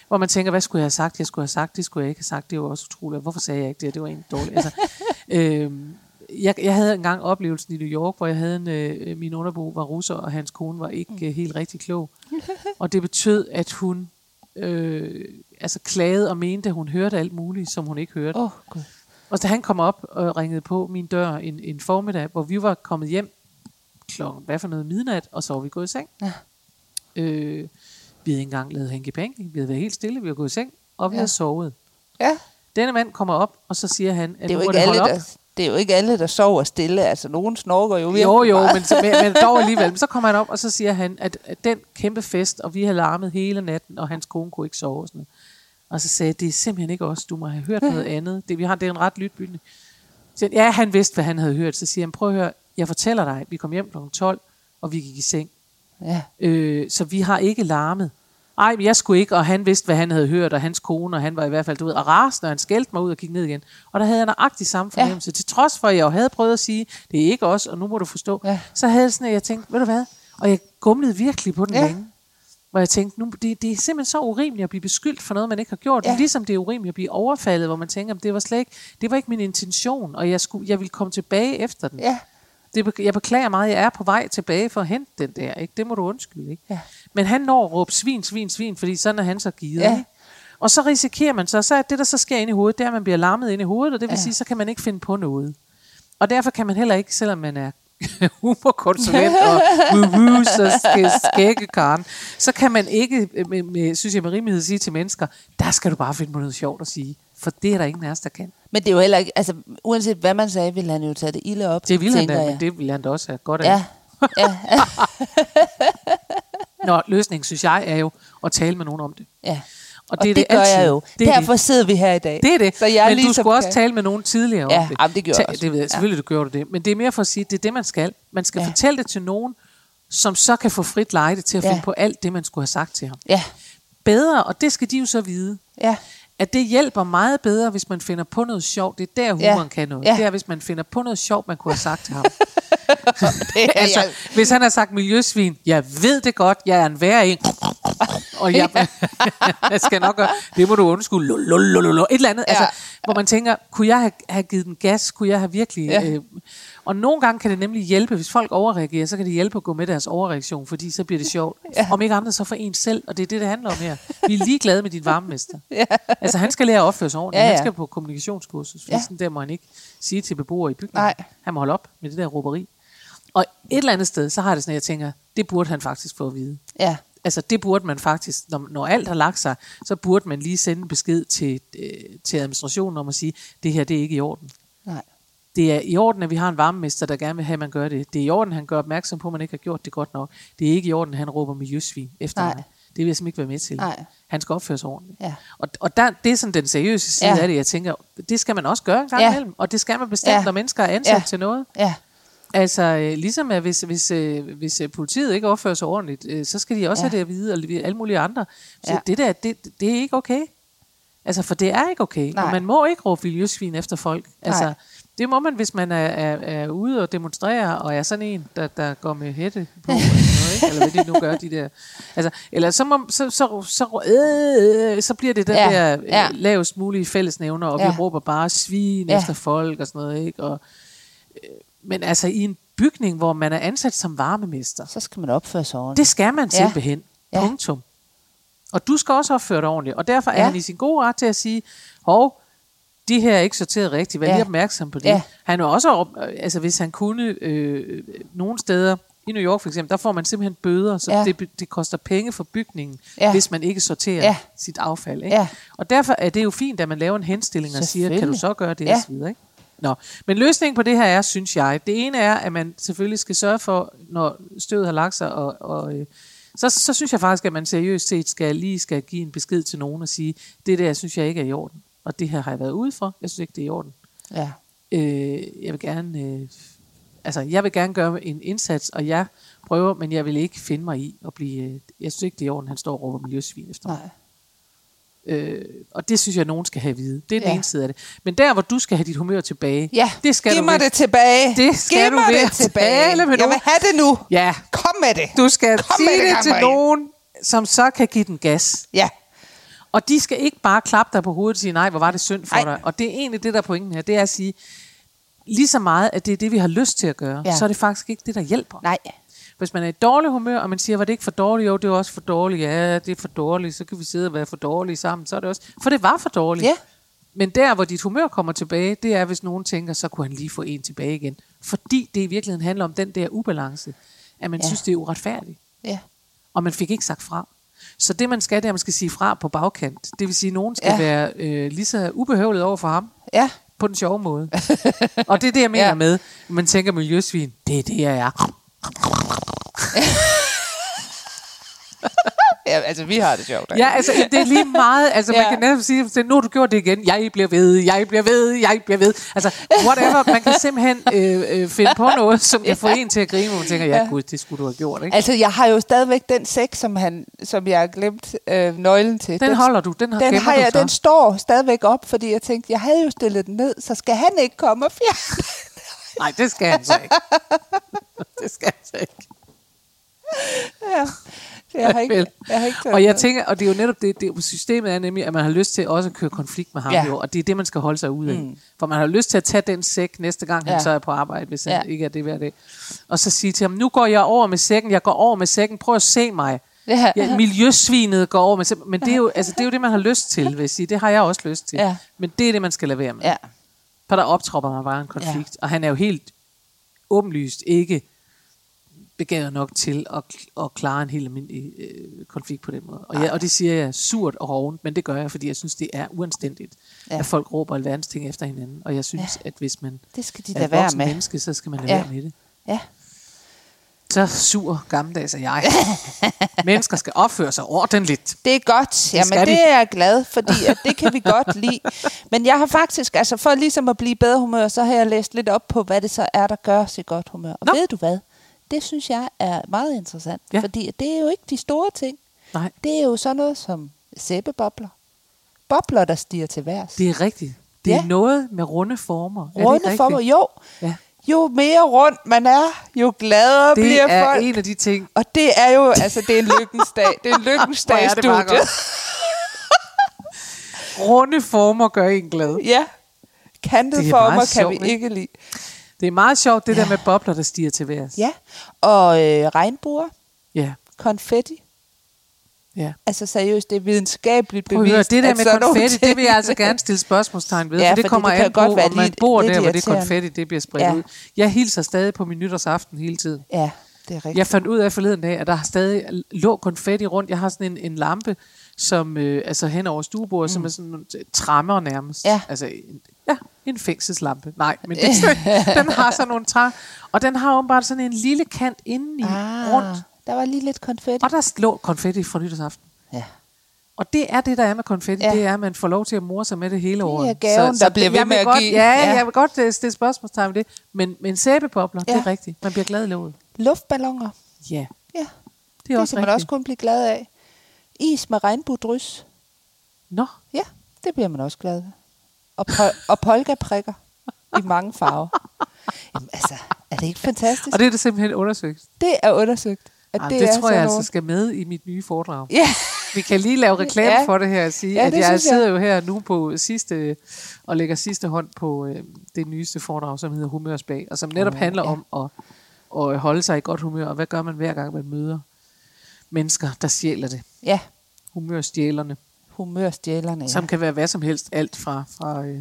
[SPEAKER 2] Hvor man tænker, hvad skulle jeg have sagt? Jeg skulle have sagt, det skulle jeg ikke have sagt. Det er jo også utroligt. Hvorfor sagde jeg ikke det? Det var egentlig dårligt. Altså, øhm, jeg, jeg havde engang oplevelsen i New York, hvor jeg havde en, øh, min underbo var russer, og hans kone var ikke øh, helt rigtig klog. Og det betød, at hun øh, altså klagede og mente, at hun hørte alt muligt, som hun ikke hørte.
[SPEAKER 3] Åh, oh, gud.
[SPEAKER 2] Og da han kom op og ringede på min dør en, en formiddag, hvor vi var kommet hjem klokken, hvad for noget, midnat, og så var vi gået i seng.
[SPEAKER 3] Ja.
[SPEAKER 2] Øh, vi havde ikke engang lavet hanky panky. Vi havde været helt stille, vi var gået i seng, og vi
[SPEAKER 3] Ja.
[SPEAKER 2] ja. havde sovet.
[SPEAKER 3] Ja,
[SPEAKER 2] Denne mand kommer op, og så siger han, at
[SPEAKER 3] det er,
[SPEAKER 2] nu
[SPEAKER 3] jo
[SPEAKER 2] må
[SPEAKER 3] ikke
[SPEAKER 2] det
[SPEAKER 3] alle,
[SPEAKER 2] holde op.
[SPEAKER 3] der, det er jo ikke alle, der sover stille. Altså, nogen snorker jo virkelig
[SPEAKER 2] Jo, jo,
[SPEAKER 3] meget.
[SPEAKER 2] men, men, men dog
[SPEAKER 3] [laughs]
[SPEAKER 2] alligevel. Men så kommer han op, og så siger han, at, at den kæmpe fest, og vi har larmet hele natten, og hans kone kunne ikke sove og sådan noget. Og så sagde jeg, det er simpelthen ikke os, du må have hørt
[SPEAKER 3] [laughs]
[SPEAKER 2] noget andet. Det, vi har, det er en ret lytbytende. Så siger han, ja, han vidste, hvad han havde hørt. Så siger han, prøv at høre, jeg fortæller dig, vi kom hjem kl. 12, og vi gik i seng.
[SPEAKER 3] Ja,
[SPEAKER 2] Øh, så vi har ikke larmet. Ej, men jeg skulle ikke, og han vidste, hvad han havde hørt, og hans kone, og han var i hvert fald ud og rasende, og han skældte mig ud og gik ned igen. Og der havde jeg nøjagtig samme fornemmelse, ja. til trods for, at jeg jo havde prøvet at sige, det er ikke os, og nu må du forstå.
[SPEAKER 3] Ja.
[SPEAKER 2] Ja. Så havde jeg sådan, at jeg tænkte, ved du hvad, og jeg gumlede virkelig på den
[SPEAKER 3] Ja.
[SPEAKER 2] ja. længe. Hvor jeg tænkte, nu, det, det er simpelthen så urimeligt at blive beskyldt for noget, man ikke har gjort.
[SPEAKER 3] Ja.
[SPEAKER 2] Ja. Ligesom det er urimeligt at blive overfaldet, hvor man tænker, "Jamen, det var slet ikke, det var ikke min intention, og jeg, skulle, jeg ville komme tilbage efter den.
[SPEAKER 3] ja,
[SPEAKER 2] Det, be- jeg beklager meget, jeg er på vej tilbage for at hente den der. Ikke? Det må du undskylde. Ikke?
[SPEAKER 3] Ja.
[SPEAKER 2] Men han når at råbe svin, svin, svin, fordi sådan er han så givet.
[SPEAKER 3] Ja.
[SPEAKER 2] Ikke? Og så risikerer man så, så at det, der så sker ind i hovedet, det er, at man bliver larmet ind i hovedet, og det vil
[SPEAKER 3] Ja.
[SPEAKER 2] ja. sige, så kan man ikke finde på noget. Og derfor kan man heller ikke, selvom man er [laughs] humorkonsulent
[SPEAKER 3] [laughs]
[SPEAKER 2] og woo-woo, så sk- skæggekarn, så kan man ikke, øh, med, med, synes jeg med rimelighed, sige til mennesker, der skal du bare finde på noget sjovt at sige, for det er der ingen af os, der kan.
[SPEAKER 3] men det er jo heller ikke... Altså, uanset hvad man sagde, ville han jo tage det ilde op,
[SPEAKER 2] Det ville han
[SPEAKER 3] tænker
[SPEAKER 2] da,
[SPEAKER 3] jeg.
[SPEAKER 2] men det ville han da også have godt af.
[SPEAKER 3] Ja,
[SPEAKER 2] [laughs]
[SPEAKER 3] ja,
[SPEAKER 2] Nå, løsningen, synes jeg, er jo at tale med nogen om det. [laughs]
[SPEAKER 3] ja.
[SPEAKER 2] Og
[SPEAKER 3] Og
[SPEAKER 2] det er
[SPEAKER 3] det,
[SPEAKER 2] det
[SPEAKER 3] gør
[SPEAKER 2] altid.
[SPEAKER 3] jeg jo.
[SPEAKER 2] Det er
[SPEAKER 3] Derfor sidder vi her i dag.
[SPEAKER 2] det. det, er det.
[SPEAKER 3] Så jeg
[SPEAKER 2] men du
[SPEAKER 3] ligesom
[SPEAKER 2] skulle også
[SPEAKER 3] kan-
[SPEAKER 2] tale med nogen tidligere
[SPEAKER 3] Ja,
[SPEAKER 2] om det.
[SPEAKER 3] jamen, det gjorde jeg også.
[SPEAKER 2] det ved jeg. Selvfølgelig du gjorde det. Men det er mere for at sige, at det er det, man skal. Man skal
[SPEAKER 3] Ja.
[SPEAKER 2] ja. fortælle det til nogen, som så kan få frit lejde til at
[SPEAKER 3] Ja.
[SPEAKER 2] ja. finde på alt det, man skulle have sagt til ham.
[SPEAKER 3] Ja,
[SPEAKER 2] Bedre, og det skal de jo så vide,
[SPEAKER 3] ja,
[SPEAKER 2] at det hjælper meget bedre, hvis man finder på noget sjovt. Det er der,
[SPEAKER 3] Ja.
[SPEAKER 2] humoren kan noget.
[SPEAKER 3] Ja.
[SPEAKER 2] Det er, hvis man finder på noget sjovt, man kunne have sagt til ham.
[SPEAKER 3] det [laughs] er
[SPEAKER 2] altså,
[SPEAKER 3] jeg.
[SPEAKER 2] hvis han har sagt miljøsvin, jeg ved det godt, jeg er en værre en, og jeg, [laughs] jeg skal nok gøre, det må du undskylde, lululululu, et eller andet,
[SPEAKER 3] Ja.
[SPEAKER 2] altså, hvor man tænker, kunne jeg have, have givet den gas, kunne jeg have virkelig,
[SPEAKER 3] Ja.
[SPEAKER 2] ja. øh, og nogle gange kan det nemlig hjælpe, hvis folk overreagerer, så kan det hjælpe at gå med deres overreaktion, fordi så bliver det sjovt, ja. om ikke andet så for en selv, og det er det, det handler om her, vi er ligeglade med din varmemester, ja. altså han skal lære at opføre sig ordentligt,
[SPEAKER 3] Ja,
[SPEAKER 2] ja,
[SPEAKER 3] ja.
[SPEAKER 2] ja. han skal på kommunikationskursus, for
[SPEAKER 3] Ja.
[SPEAKER 2] ja. sådan der må han ikke sige til beboere i bygningen,
[SPEAKER 3] Nej.
[SPEAKER 2] han må holde op med det der råberi, og et eller andet sted, så har jeg det sådan, at jeg tænker, det burde han faktisk få at vide.
[SPEAKER 3] Ja,
[SPEAKER 2] Altså det burde man faktisk, når, når alt har lagt sig, så burde man lige sende en besked til, øh, til administrationen om at sige, det her det er ikke i orden.
[SPEAKER 3] nej.
[SPEAKER 2] Det er i orden, at vi har en varmemester, der gerne vil have, at man gør det. Det er i orden, at han gør opmærksom på, at man ikke har gjort det godt nok. Det er ikke i orden, at han råber miljøsvin efter
[SPEAKER 3] Nej.
[SPEAKER 2] mig. Det vil jeg simpelthen ikke være med til.
[SPEAKER 3] Nej.
[SPEAKER 2] Han skal opføre sig ordentligt.
[SPEAKER 3] Ja.
[SPEAKER 2] Og, og der, det er sådan den seriøse side
[SPEAKER 3] Ja.
[SPEAKER 2] ja. af det, jeg tænker, det skal man også gøre en gang
[SPEAKER 3] Ja.
[SPEAKER 2] ja. imellem. Og det skal man bestemt,
[SPEAKER 3] Ja.
[SPEAKER 2] ja. når mennesker er ansat
[SPEAKER 3] Ja.
[SPEAKER 2] ja. til noget.
[SPEAKER 3] Ja,
[SPEAKER 2] Altså, øh, ligesom at hvis, hvis, øh, hvis øh, politiet ikke opfører sig ordentligt, øh, så skal de også
[SPEAKER 3] Ja.
[SPEAKER 2] ja. have det at vide, og vi- alle mulige andre. Så
[SPEAKER 3] Ja.
[SPEAKER 2] ja. det der, det, det er ikke okay. Altså, for det er ikke okay.
[SPEAKER 3] Nej.
[SPEAKER 2] Og man må ikke råbe miljøsvin efter folk. Altså,
[SPEAKER 3] Nej.
[SPEAKER 2] Det må man, hvis man er, er, er ude og demonstrerer, og er sådan en, der, der går med hætte på, eller, noget, ikke? eller hvad de nu gør, de der. Altså, eller så, må, så, så, så, øh, så bliver det den
[SPEAKER 3] Ja,
[SPEAKER 2] ja, der øh,
[SPEAKER 3] ja.
[SPEAKER 2] ja. lavest mulige fællesnævner, og ja.
[SPEAKER 3] Ja.
[SPEAKER 2] vi råber bare svin
[SPEAKER 3] Ja.
[SPEAKER 2] ja. efter folk og sådan noget. Ikke? Og, øh, men altså i en bygning, hvor man er ansat som varmemester,
[SPEAKER 3] Så skal man opføre sig ordentligt.
[SPEAKER 2] det skal man
[SPEAKER 3] Ja.
[SPEAKER 2] simpelthen.
[SPEAKER 3] Ja.
[SPEAKER 2] Ja. Punktum. Og du skal også opføre dig ordentligt. Og derfor er
[SPEAKER 3] Ja.
[SPEAKER 2] han i sin gode ret til at sige, hov, de her er ikke sorteret rigtigt. Vær
[SPEAKER 3] Ja.
[SPEAKER 2] lige opmærksom på det.
[SPEAKER 3] Ja.
[SPEAKER 2] Ja. Han er også, op- altså hvis han kunne øh, nogle steder, i New York for eksempel, der får man simpelthen bøder, så
[SPEAKER 3] Ja.
[SPEAKER 2] ja. det, det koster penge for bygningen,
[SPEAKER 3] Ja.
[SPEAKER 2] ja. hvis man ikke sorterer
[SPEAKER 3] Ja.
[SPEAKER 2] ja. sit affald. Ikke?
[SPEAKER 3] Ja.
[SPEAKER 2] Og derfor er det jo fint, at man laver en henstilling og siger, kan du
[SPEAKER 3] Selvfølgelig.
[SPEAKER 2] så gøre det?
[SPEAKER 3] Ja.
[SPEAKER 2] Ja. Og så videre, ikke? Nå. Men løsningen på det her er, synes jeg, det ene er, at man selvfølgelig skal sørge for, når støvet har lagt sig, og, og øh, så, så synes jeg faktisk, at man seriøst set skal, lige skal give en besked til nogen og sige, det der synes jeg ikke er i orden, og det her har jeg været ude for, jeg synes ikke, det er i orden.
[SPEAKER 3] Ja.
[SPEAKER 2] Øh, jeg vil gerne... Øh, altså, jeg vil gerne gøre en indsats, og jeg prøver, men jeg vil ikke finde mig i at blive... Øh, jeg synes ikke, det er i orden, han står og råber miljøsvin efter mig.
[SPEAKER 3] Nej.
[SPEAKER 2] Øh, og det synes jeg, nogen skal have at vide. Det er den
[SPEAKER 3] Ja.
[SPEAKER 2] ene side af det. Men der, hvor du skal have dit humør tilbage,
[SPEAKER 3] Ja,
[SPEAKER 2] det skal
[SPEAKER 3] giv
[SPEAKER 2] du
[SPEAKER 3] mig
[SPEAKER 2] ved-
[SPEAKER 3] det tilbage.
[SPEAKER 2] Det skal
[SPEAKER 3] giv
[SPEAKER 2] du
[SPEAKER 3] mig
[SPEAKER 2] ved
[SPEAKER 3] det
[SPEAKER 2] at
[SPEAKER 3] tilbage.
[SPEAKER 2] tale med
[SPEAKER 3] Jeg vil
[SPEAKER 2] nogen.
[SPEAKER 3] have det nu.
[SPEAKER 2] Ja,
[SPEAKER 3] Kom med det.
[SPEAKER 2] du skal
[SPEAKER 3] Kom med
[SPEAKER 2] sige
[SPEAKER 3] det,
[SPEAKER 2] det, det til
[SPEAKER 3] Kammerat.
[SPEAKER 2] nogen, som så kan give den gas.
[SPEAKER 3] Ja.
[SPEAKER 2] Og de skal ikke bare klappe dig på hovedet og sige, nej, hvor var det synd for
[SPEAKER 3] Ej.
[SPEAKER 2] Ej. dig. Og det er egentlig det, der er pointen her. Det er at sige, lige så meget, at det er det, vi har lyst til at gøre,
[SPEAKER 3] Ja.
[SPEAKER 2] ja. så er det faktisk ikke det, der hjælper.
[SPEAKER 3] Nej.
[SPEAKER 2] Hvis man er i dårlig humør, og man siger, var det ikke for dårligt? Jo, det var også for dårligt. Ja, det er for dårligt. Så kan vi sidde og være for dårlige sammen. Så er det også... For det var for dårligt.
[SPEAKER 3] Ja.
[SPEAKER 2] Men der, hvor dit humør kommer tilbage, det er, hvis nogen tænker, så kunne han lige få en tilbage igen. Fordi det i virkeligheden handler om den der ubalance. At man
[SPEAKER 3] Ja.
[SPEAKER 2] ja. synes, det er uretfærdigt.
[SPEAKER 3] Ja.
[SPEAKER 2] Og man fik ikke sagt fra. Så det, man skal, det er, at man skal sige fra på bagkant. Det vil sige, at nogen skal
[SPEAKER 3] Ja.
[SPEAKER 2] ja. være øh, lige så ubehøvlet over for ham, [laughs]
[SPEAKER 3] Ja.
[SPEAKER 2] på den sjove måde. og det er det, jeg mener
[SPEAKER 3] Ja.
[SPEAKER 2] ja. med, at man tænker miljøsvin, det er det, jeg er.
[SPEAKER 3] ja. Altså, vi har det sjovt. ikke?
[SPEAKER 2] Ja, altså det er lige meget, altså
[SPEAKER 3] Ja.
[SPEAKER 2] man kan netop sige, til, nu har du gjort det igen, jeg bliver ved, jeg bliver ved, jeg bliver ved. Altså whatever, man kan simpelthen øh, øh, finde på noget, som kan få en til at grine, hvor man tænker, ja gud, det skulle du have gjort, ikke?
[SPEAKER 3] Altså, jeg har jo stadigvæk den sæk, som, han, som jeg har glemt øh, nøglen til.
[SPEAKER 2] Den holder du, den, har
[SPEAKER 3] den,
[SPEAKER 2] gemmer
[SPEAKER 3] har jeg,
[SPEAKER 2] du så.
[SPEAKER 3] den står stadigvæk op, fordi jeg tænkte, jeg havde jo stillet den ned, så skal han ikke komme og
[SPEAKER 2] [laughs]
[SPEAKER 3] fjerne den.
[SPEAKER 2] Nej, det skal han så ikke. [laughs] det skal han så ikke.
[SPEAKER 3] ja. Så jeg har ikke,
[SPEAKER 2] Vel.
[SPEAKER 3] jeg har ikke taget
[SPEAKER 2] Og
[SPEAKER 3] den
[SPEAKER 2] jeg
[SPEAKER 3] ned.
[SPEAKER 2] tænker, og det er jo netop det, det systemet er nemlig, at man har lyst til også at køre konflikt med ham,
[SPEAKER 3] Ja.
[SPEAKER 2] ja. jo, og det er det, man skal holde sig ud af. Mm. For man har lyst til at tage den sæk næste gang, han
[SPEAKER 3] Ja.
[SPEAKER 2] så er på arbejde, hvis han
[SPEAKER 3] Ja.
[SPEAKER 2] ikke er det hver dag. Og så sige til ham, nu går jeg over med sækken, jeg går over med sækken, prøv at se mig.
[SPEAKER 3] Ja.
[SPEAKER 2] Ja, miljøsvinet går over med sækken. Men det er, jo, altså, det er jo det, man har lyst til, vil jeg sige. Det har jeg også lyst til.
[SPEAKER 3] Ja.
[SPEAKER 2] Men det er det, man skal lade være med.
[SPEAKER 3] Ja.
[SPEAKER 2] For der optropper man bare en konflikt, og han er jo helt åbenlyst ikke begavet nok til at, at klare en helt almindelig øh, konflikt på den måde. Og, jeg, og det siger jeg surt og hovent, men det gør jeg, fordi jeg synes, det er uanstændigt,
[SPEAKER 3] Ja.
[SPEAKER 2] ja. at folk råber alverdens ting efter hinanden. Og jeg synes, ja. at hvis man
[SPEAKER 3] Det skal de
[SPEAKER 2] er
[SPEAKER 3] da
[SPEAKER 2] et
[SPEAKER 3] være
[SPEAKER 2] voksen
[SPEAKER 3] med.
[SPEAKER 2] menneske, så skal man lade
[SPEAKER 3] Ja.
[SPEAKER 2] ja. være med det.
[SPEAKER 3] Ja.
[SPEAKER 2] Så sur gammeldags er
[SPEAKER 3] [laughs]
[SPEAKER 2] jeg. Mennesker skal opføre sig ordentligt.
[SPEAKER 3] Det er godt. Jamen, det,
[SPEAKER 2] skal de.
[SPEAKER 3] det er jeg glad, fordi at det kan vi godt
[SPEAKER 2] [laughs]
[SPEAKER 3] lide. Men jeg har faktisk, altså for ligesom at blive i bedre humør, så har jeg læst lidt op på, hvad det så er, der gør os i godt humør. Og Nå.
[SPEAKER 2] Nå.
[SPEAKER 3] ved du hvad? Det synes jeg er meget interessant, ja.
[SPEAKER 2] Ja.
[SPEAKER 3] fordi det er jo ikke de store ting.
[SPEAKER 2] Nej,
[SPEAKER 3] Det er jo sådan noget som sæbebobler. Bobler, der stiger til værs.
[SPEAKER 2] det er rigtigt. Det er
[SPEAKER 3] Ja.
[SPEAKER 2] noget med runde former. Er det ikke
[SPEAKER 3] Runde
[SPEAKER 2] rigtigt?
[SPEAKER 3] former, jo.
[SPEAKER 2] Ja.
[SPEAKER 3] Jo mere rundt man er, jo gladere
[SPEAKER 2] Det
[SPEAKER 3] bliver
[SPEAKER 2] er
[SPEAKER 3] folk.
[SPEAKER 2] en af de ting,
[SPEAKER 3] Og det er jo, altså det er en lykkens dag. Det er
[SPEAKER 2] [laughs]
[SPEAKER 3] en lykkens
[SPEAKER 2] Hvor
[SPEAKER 3] dag i
[SPEAKER 2] er det bare
[SPEAKER 3] studiet.
[SPEAKER 2] runde former gør en glad. [laughs]
[SPEAKER 3] Ja. Kantede
[SPEAKER 2] Det er
[SPEAKER 3] former kan
[SPEAKER 2] meget sjovt,
[SPEAKER 3] vi
[SPEAKER 2] ikke?
[SPEAKER 3] ikke lide.
[SPEAKER 2] Det er meget sjovt, det ja. der med bobler, der stiger til værs.
[SPEAKER 3] Ja. Og øh, regnbuer,
[SPEAKER 2] Ja.
[SPEAKER 3] konfetti.
[SPEAKER 2] ja.
[SPEAKER 3] Altså seriøst, det er videnskabeligt
[SPEAKER 2] Prøv at
[SPEAKER 3] bevist.
[SPEAKER 2] høre, det der
[SPEAKER 3] at sådan
[SPEAKER 2] med
[SPEAKER 3] nogle
[SPEAKER 2] konfetti, det vil jeg
[SPEAKER 3] ting- [laughs]
[SPEAKER 2] altså gerne stille spørgsmålstegn ved,
[SPEAKER 3] Ja,
[SPEAKER 2] ja, for det
[SPEAKER 3] fordi
[SPEAKER 2] kommer
[SPEAKER 3] det kan
[SPEAKER 2] an
[SPEAKER 3] godt
[SPEAKER 2] på,
[SPEAKER 3] være
[SPEAKER 2] om man
[SPEAKER 3] lidt-
[SPEAKER 2] bor
[SPEAKER 3] lidt
[SPEAKER 2] der, hvor det
[SPEAKER 3] irriterende.
[SPEAKER 2] konfetti det bliver spredt
[SPEAKER 3] Ja.
[SPEAKER 2] ja. ud. Jeg hilser stadig på min nytårsaften hele tiden.
[SPEAKER 3] Ja, det er rigtigt.
[SPEAKER 2] Jeg fandt ud af forleden dag, at der stadig lå konfetti rundt. Jeg har sådan en, en lampe, som øh, altså hen over stuebordet, mm. som er sådan nogle t- træmmer nærmest.
[SPEAKER 3] Ja.
[SPEAKER 2] Altså, en- ja, en fængselslampe. Nej, men det, [laughs] er sådan- den har sådan nogle træ. Og den har åbenbart sådan en lille kant indeni
[SPEAKER 3] ah,
[SPEAKER 2] rundt.
[SPEAKER 3] Der var lige lidt konfetti.
[SPEAKER 2] Og der lå konfetti fra nytårsaften.
[SPEAKER 3] Ja.
[SPEAKER 2] Og det er det, der er med konfetti,
[SPEAKER 3] Ja.
[SPEAKER 2] ja. det er, at man får lov til at more sig med det hele året.
[SPEAKER 3] gaven, der bliver ved
[SPEAKER 2] jeg vil
[SPEAKER 3] med at
[SPEAKER 2] godt,
[SPEAKER 3] give.
[SPEAKER 2] Ja,
[SPEAKER 3] Ja.
[SPEAKER 2] ja, jeg vil godt øh, stille spørgsmålstegn ved det. Men, men sæbebobler, ja. det
[SPEAKER 3] Ja.
[SPEAKER 2] er rigtigt. Man bliver glad i låget.
[SPEAKER 3] Luftballonger.
[SPEAKER 2] Ja,
[SPEAKER 3] Ja, det,
[SPEAKER 2] det er også
[SPEAKER 3] kan man
[SPEAKER 2] rigtigt.
[SPEAKER 3] også kun blive glad af. Is med regnbuedrys.
[SPEAKER 2] Nå,
[SPEAKER 3] Ja, det bliver man også glad af. Og, pol- og polkaprikker. i mange farver. Jamen altså, er det ikke fantastisk?
[SPEAKER 2] Og det er det simpelthen undersøgt.
[SPEAKER 3] Det er undersøgt. At
[SPEAKER 2] Jamen, det, det
[SPEAKER 3] er
[SPEAKER 2] tror jeg
[SPEAKER 3] sådan
[SPEAKER 2] altså
[SPEAKER 3] nogle-
[SPEAKER 2] skal med i mit nye foredrag.
[SPEAKER 3] Ja,
[SPEAKER 2] Vi kan lige lave reklame
[SPEAKER 3] Ja.
[SPEAKER 2] for det her og sige,
[SPEAKER 3] Ja,
[SPEAKER 2] at
[SPEAKER 3] det
[SPEAKER 2] jeg
[SPEAKER 3] synes jeg.
[SPEAKER 2] sidder jo her nu på sidste, og lægger sidste hånd på øh, det nyeste foredrag, som hedder Humørsbag, og som netop handler om at, at holde sig i godt humør, og hvad gør man hver gang, man møder mennesker, der stjæler det.
[SPEAKER 3] ja.
[SPEAKER 2] Humørstjælerne,
[SPEAKER 3] Humørstjælerne.
[SPEAKER 2] ja.
[SPEAKER 3] Ja.
[SPEAKER 2] som kan være hvad som helst, alt fra, fra, øh,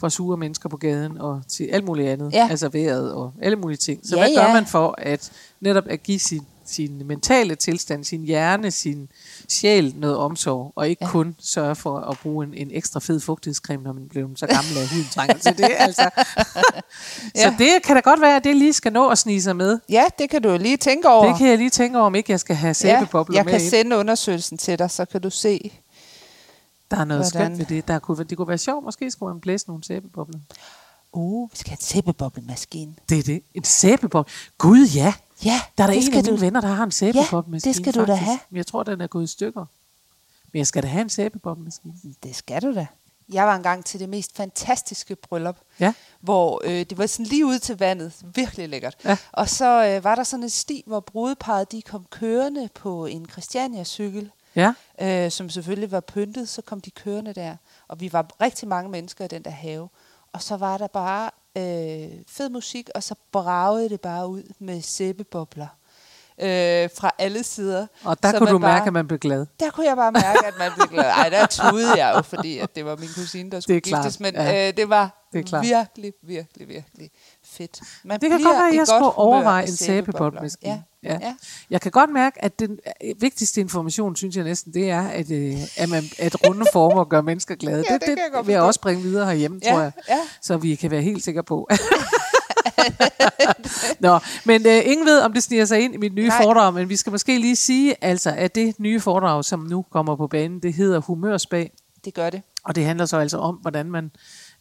[SPEAKER 2] fra sure mennesker på gaden og til alt muligt andet,
[SPEAKER 3] Ja.
[SPEAKER 2] altså vejret og alle mulige ting. Så
[SPEAKER 3] Ja,
[SPEAKER 2] ja, hvad gør
[SPEAKER 3] ja.
[SPEAKER 2] man for at netop at give sin, sin mentale tilstand, sin hjerne, sin sjæl noget omsorg, og ikke ja. kun sørge for at bruge en, en ekstra fed fugtighedscreme, når man bliver så gammel, at huden
[SPEAKER 3] [laughs]
[SPEAKER 2] trænger til det. Altså. ja. Så
[SPEAKER 3] Ja.
[SPEAKER 2] det kan da godt være, at det lige skal nå at snige sig med.
[SPEAKER 3] ja, det kan du jo lige tænke over.
[SPEAKER 2] Det kan jeg lige tænke over, om ikke jeg skal have sæbebobler
[SPEAKER 3] jeg
[SPEAKER 2] med
[SPEAKER 3] kan
[SPEAKER 2] ind.
[SPEAKER 3] sende undersøgelsen til dig, så kan du se.
[SPEAKER 2] Der er noget
[SPEAKER 3] hvordan-
[SPEAKER 2] skønt ved det. Der kunne, det kunne være sjovt. Måske skulle man blæse nogle sæbebobler.
[SPEAKER 3] Uh, vi skal have en sæbeboblemaskine.
[SPEAKER 2] Det er det. En sæbeboble. Gud ja.
[SPEAKER 3] Ja,
[SPEAKER 2] Der er der
[SPEAKER 3] det
[SPEAKER 2] en
[SPEAKER 3] skal
[SPEAKER 2] af mine
[SPEAKER 3] du-
[SPEAKER 2] venner, der har en sæbeboblemaskine.
[SPEAKER 3] Ja, det skal du da
[SPEAKER 2] faktisk.
[SPEAKER 3] have.
[SPEAKER 2] Men Jeg tror, den er gået i stykker. Men jeg skal da have en sæbeboblemaskine.
[SPEAKER 3] Det skal du da. Jeg var engang til det mest fantastiske bryllup,
[SPEAKER 2] Ja.
[SPEAKER 3] hvor øh, det var sådan lige ud til vandet. Virkelig lækkert.
[SPEAKER 2] Ja.
[SPEAKER 3] Og så øh, var der sådan en sti, hvor brudeparret de kom kørende på en Christiania-cykel,
[SPEAKER 2] Ja.
[SPEAKER 3] øh, som selvfølgelig var pyntet. Så kom de kørende der, og vi var rigtig mange mennesker i den der have. Og så var der bare øh, fed musik, og så bragede det bare ud med sæbebobler øh, fra alle sider.
[SPEAKER 2] Og der
[SPEAKER 3] Så
[SPEAKER 2] så kunne
[SPEAKER 3] man
[SPEAKER 2] du mærke,
[SPEAKER 3] bare-
[SPEAKER 2] at man blev glad.
[SPEAKER 3] der kunne jeg bare mærke, at man blev glad. Ej, der tudede jeg jo, fordi at det var min kusine, der skulle
[SPEAKER 2] Det er klart,
[SPEAKER 3] giftes. Men
[SPEAKER 2] ja.
[SPEAKER 3] øh, det var
[SPEAKER 2] Det er klart.
[SPEAKER 3] virkelig, virkelig, virkelig feelt. Man
[SPEAKER 2] Det kan
[SPEAKER 3] bliver
[SPEAKER 2] godt være, at
[SPEAKER 3] i
[SPEAKER 2] jeg
[SPEAKER 3] godt
[SPEAKER 2] skulle
[SPEAKER 3] humør
[SPEAKER 2] overveje
[SPEAKER 3] af
[SPEAKER 2] en
[SPEAKER 3] sæbebobler.
[SPEAKER 2] sæbeboblemaskine.
[SPEAKER 3] Ja. Ja. ja.
[SPEAKER 2] Jeg kan godt mærke, at den øh, vigtigste information, synes jeg næsten, det er, at, øh, at, man, at runde former gør mennesker glade.
[SPEAKER 3] [laughs] Ja, det kan jeg godt
[SPEAKER 2] vil jeg
[SPEAKER 3] forstå.
[SPEAKER 2] også bringe videre herhjemme,
[SPEAKER 3] Ja,
[SPEAKER 2] tror jeg.
[SPEAKER 3] ja.
[SPEAKER 2] Så vi kan være helt sikre på. [laughs] Nå, men øh, ingen ved, om det sniger sig ind i mit nye
[SPEAKER 3] Nej.
[SPEAKER 2] Nej. foredrag, men vi skal måske lige sige, altså, at det nye foredrag, som nu kommer på banen, det hedder Humørsbag.
[SPEAKER 3] Det gør det.
[SPEAKER 2] Og det handler så altså om, hvordan man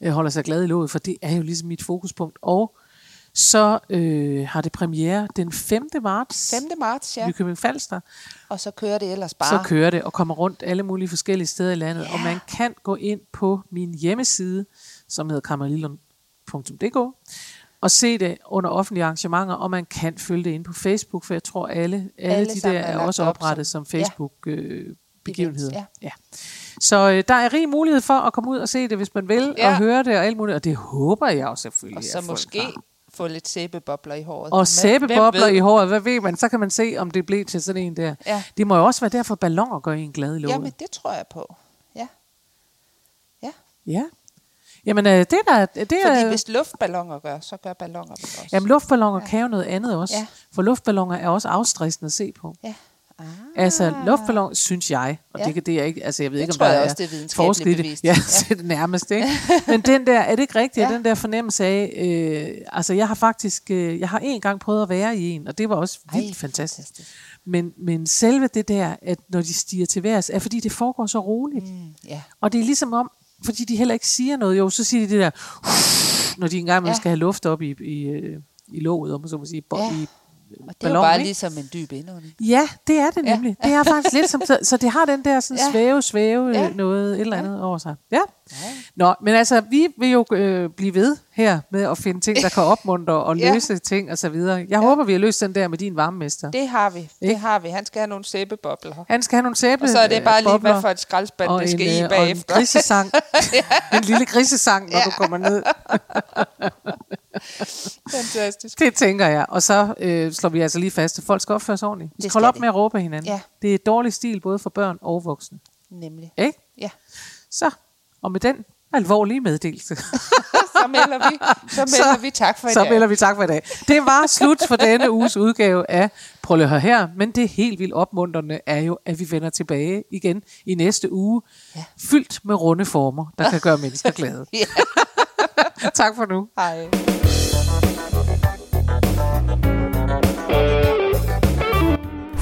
[SPEAKER 2] øh, holder sig glad i låget, for det er jo ligesom mit fokuspunkt. Og så øh, har det premiere den 5. marts
[SPEAKER 3] 5. marts, ja.
[SPEAKER 2] Nykøbing Falster.
[SPEAKER 3] Og så kører det ellers bare.
[SPEAKER 2] Så kører det og kommer rundt alle mulige forskellige steder i landet.
[SPEAKER 3] Ja.
[SPEAKER 2] Og man kan gå ind på min hjemmeside, som hedder kammerlillund.dk og se det under offentlige arrangementer, og man kan følge det ind på Facebook, for jeg tror, alle, alle,
[SPEAKER 3] Alle
[SPEAKER 2] alle de
[SPEAKER 3] sammen
[SPEAKER 2] der
[SPEAKER 3] er
[SPEAKER 2] er
[SPEAKER 3] lagt
[SPEAKER 2] også
[SPEAKER 3] op
[SPEAKER 2] oprettet
[SPEAKER 3] som-
[SPEAKER 2] som,
[SPEAKER 3] ja.
[SPEAKER 2] Facebook-begivenheder.
[SPEAKER 3] Events,
[SPEAKER 2] ja. Så øh, der er rig mulighed for at komme ud og se det, hvis man vil,
[SPEAKER 3] Ja.
[SPEAKER 2] og høre det og alt muligt, og det håber jeg jo selvfølgelig,
[SPEAKER 3] Og så
[SPEAKER 2] at folk
[SPEAKER 3] måske
[SPEAKER 2] har.
[SPEAKER 3] få lidt sæbebobler i håret. Men
[SPEAKER 2] Og sæbebobler
[SPEAKER 3] hvem ved?
[SPEAKER 2] i håret, hvad ved man? Så kan man se, om det blev til sådan en der.
[SPEAKER 3] Ja.
[SPEAKER 2] Det må jo også være derfor, ballonger gør en glad i låget.
[SPEAKER 3] Jamen, det tror jeg på. Ja. Ja,
[SPEAKER 2] Ja. Jamen, øh, det der... Det
[SPEAKER 3] fordi
[SPEAKER 2] er,
[SPEAKER 3] hvis luftballoner gør, så gør balloner det også.
[SPEAKER 2] jamen, luftballonger ja. kan jo noget andet også.
[SPEAKER 3] Ja.
[SPEAKER 2] Ja. For luftballoner er også afstressende at se på.
[SPEAKER 3] ja. Ah.
[SPEAKER 2] Altså, luftballon, synes jeg, og
[SPEAKER 3] Ja.
[SPEAKER 2] ja. det, kan- det er ikke, altså jeg ved
[SPEAKER 3] Det
[SPEAKER 2] ikke, om
[SPEAKER 3] tror
[SPEAKER 2] der
[SPEAKER 3] jeg
[SPEAKER 2] er
[SPEAKER 3] også, det er videnskabeligt
[SPEAKER 2] forskel i det.
[SPEAKER 3] bevist.
[SPEAKER 2] Ja,
[SPEAKER 3] Ja.
[SPEAKER 2] ja. [laughs] det nærmest,
[SPEAKER 3] [laughs]
[SPEAKER 2] ikke? Men den der, er det ikke rigtigt,
[SPEAKER 3] Ja.
[SPEAKER 2] ja. den der fornemmelse af, øh, altså jeg har faktisk, øh, jeg har en gang prøvet at være i en, og det var også vildt
[SPEAKER 3] Ej,
[SPEAKER 2] Ej, fantastisk.
[SPEAKER 3] fantastisk.
[SPEAKER 2] fantastisk. Men, men selve det der, at når de stiger til værs, er fordi det foregår så roligt. Mm.
[SPEAKER 3] ja.
[SPEAKER 2] Og det er ligesom om, fordi de heller ikke siger noget, jo, så siger de det der, når de engang ja.
[SPEAKER 3] Ja.
[SPEAKER 2] skal have luft op i, i, øh, i låget, om man så må sige, bo-
[SPEAKER 3] Ja.
[SPEAKER 2] ja. i
[SPEAKER 3] Og det er jo
[SPEAKER 2] ballon,
[SPEAKER 3] bare
[SPEAKER 2] ikke?
[SPEAKER 3] ligesom en dyb indånding.
[SPEAKER 2] Ja, det er det
[SPEAKER 3] Ja.
[SPEAKER 2] nemlig. Ja. Det er faktisk lidt som... Så det har den der sådan
[SPEAKER 3] Ja.
[SPEAKER 2] ja. svæve, svæve
[SPEAKER 3] Ja.
[SPEAKER 2] ja. noget, et eller andet ja. over sig. Ja. ja. Nå, men altså, vi vil jo øh, blive ved her med at finde ting, der kan opmuntre og
[SPEAKER 3] [laughs] Ja.
[SPEAKER 2] løse ja. ting og så videre. Jeg ja. håber, vi har løst den der med din varmemester.
[SPEAKER 3] Det har vi. Det
[SPEAKER 2] Ikke?
[SPEAKER 3] har vi. Han skal have nogle sæbebobler.
[SPEAKER 2] Han skal have nogle sæbe. øh,
[SPEAKER 3] Og så er det bare lige, hvad
[SPEAKER 2] bobler
[SPEAKER 3] for et skraldspand,
[SPEAKER 2] og
[SPEAKER 3] det skal
[SPEAKER 2] en,
[SPEAKER 3] i
[SPEAKER 2] øh,
[SPEAKER 3] bagefter.
[SPEAKER 2] Og en
[SPEAKER 3] [laughs]
[SPEAKER 2] grisesang. en lille grisesang, når
[SPEAKER 3] Ja.
[SPEAKER 2] ja. du kommer ned.
[SPEAKER 3] Fantastisk.
[SPEAKER 2] Det tænker jeg. Og så øh, slår vi altså lige fast, at folk skal opføre sig ordentligt. Vi
[SPEAKER 3] Det
[SPEAKER 2] skal holde
[SPEAKER 3] skal
[SPEAKER 2] op
[SPEAKER 3] de.
[SPEAKER 2] med at råbe af hinanden.
[SPEAKER 3] Ja.
[SPEAKER 2] Det er dårlig stil, både for børn og voksne.
[SPEAKER 3] Nemlig.
[SPEAKER 2] Ikke?
[SPEAKER 3] Ja,
[SPEAKER 2] Så, og med den alvorlige meddelelse,
[SPEAKER 3] [laughs] så melder vi,
[SPEAKER 2] [laughs]
[SPEAKER 3] så melder vi tak for i
[SPEAKER 2] så
[SPEAKER 3] dag.
[SPEAKER 2] melder vi tak for i dag. Det var slut for denne uges udgave af Prøv lige at høre her, men det helt vildt opmuntrende er jo, at vi vender tilbage igen i næste uge,
[SPEAKER 3] Ja.
[SPEAKER 2] ja. fyldt med runde former, der kan gøre mennesker glade.
[SPEAKER 3] Ja.
[SPEAKER 2] tak for nu.
[SPEAKER 3] Hej.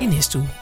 [SPEAKER 2] i næste uge.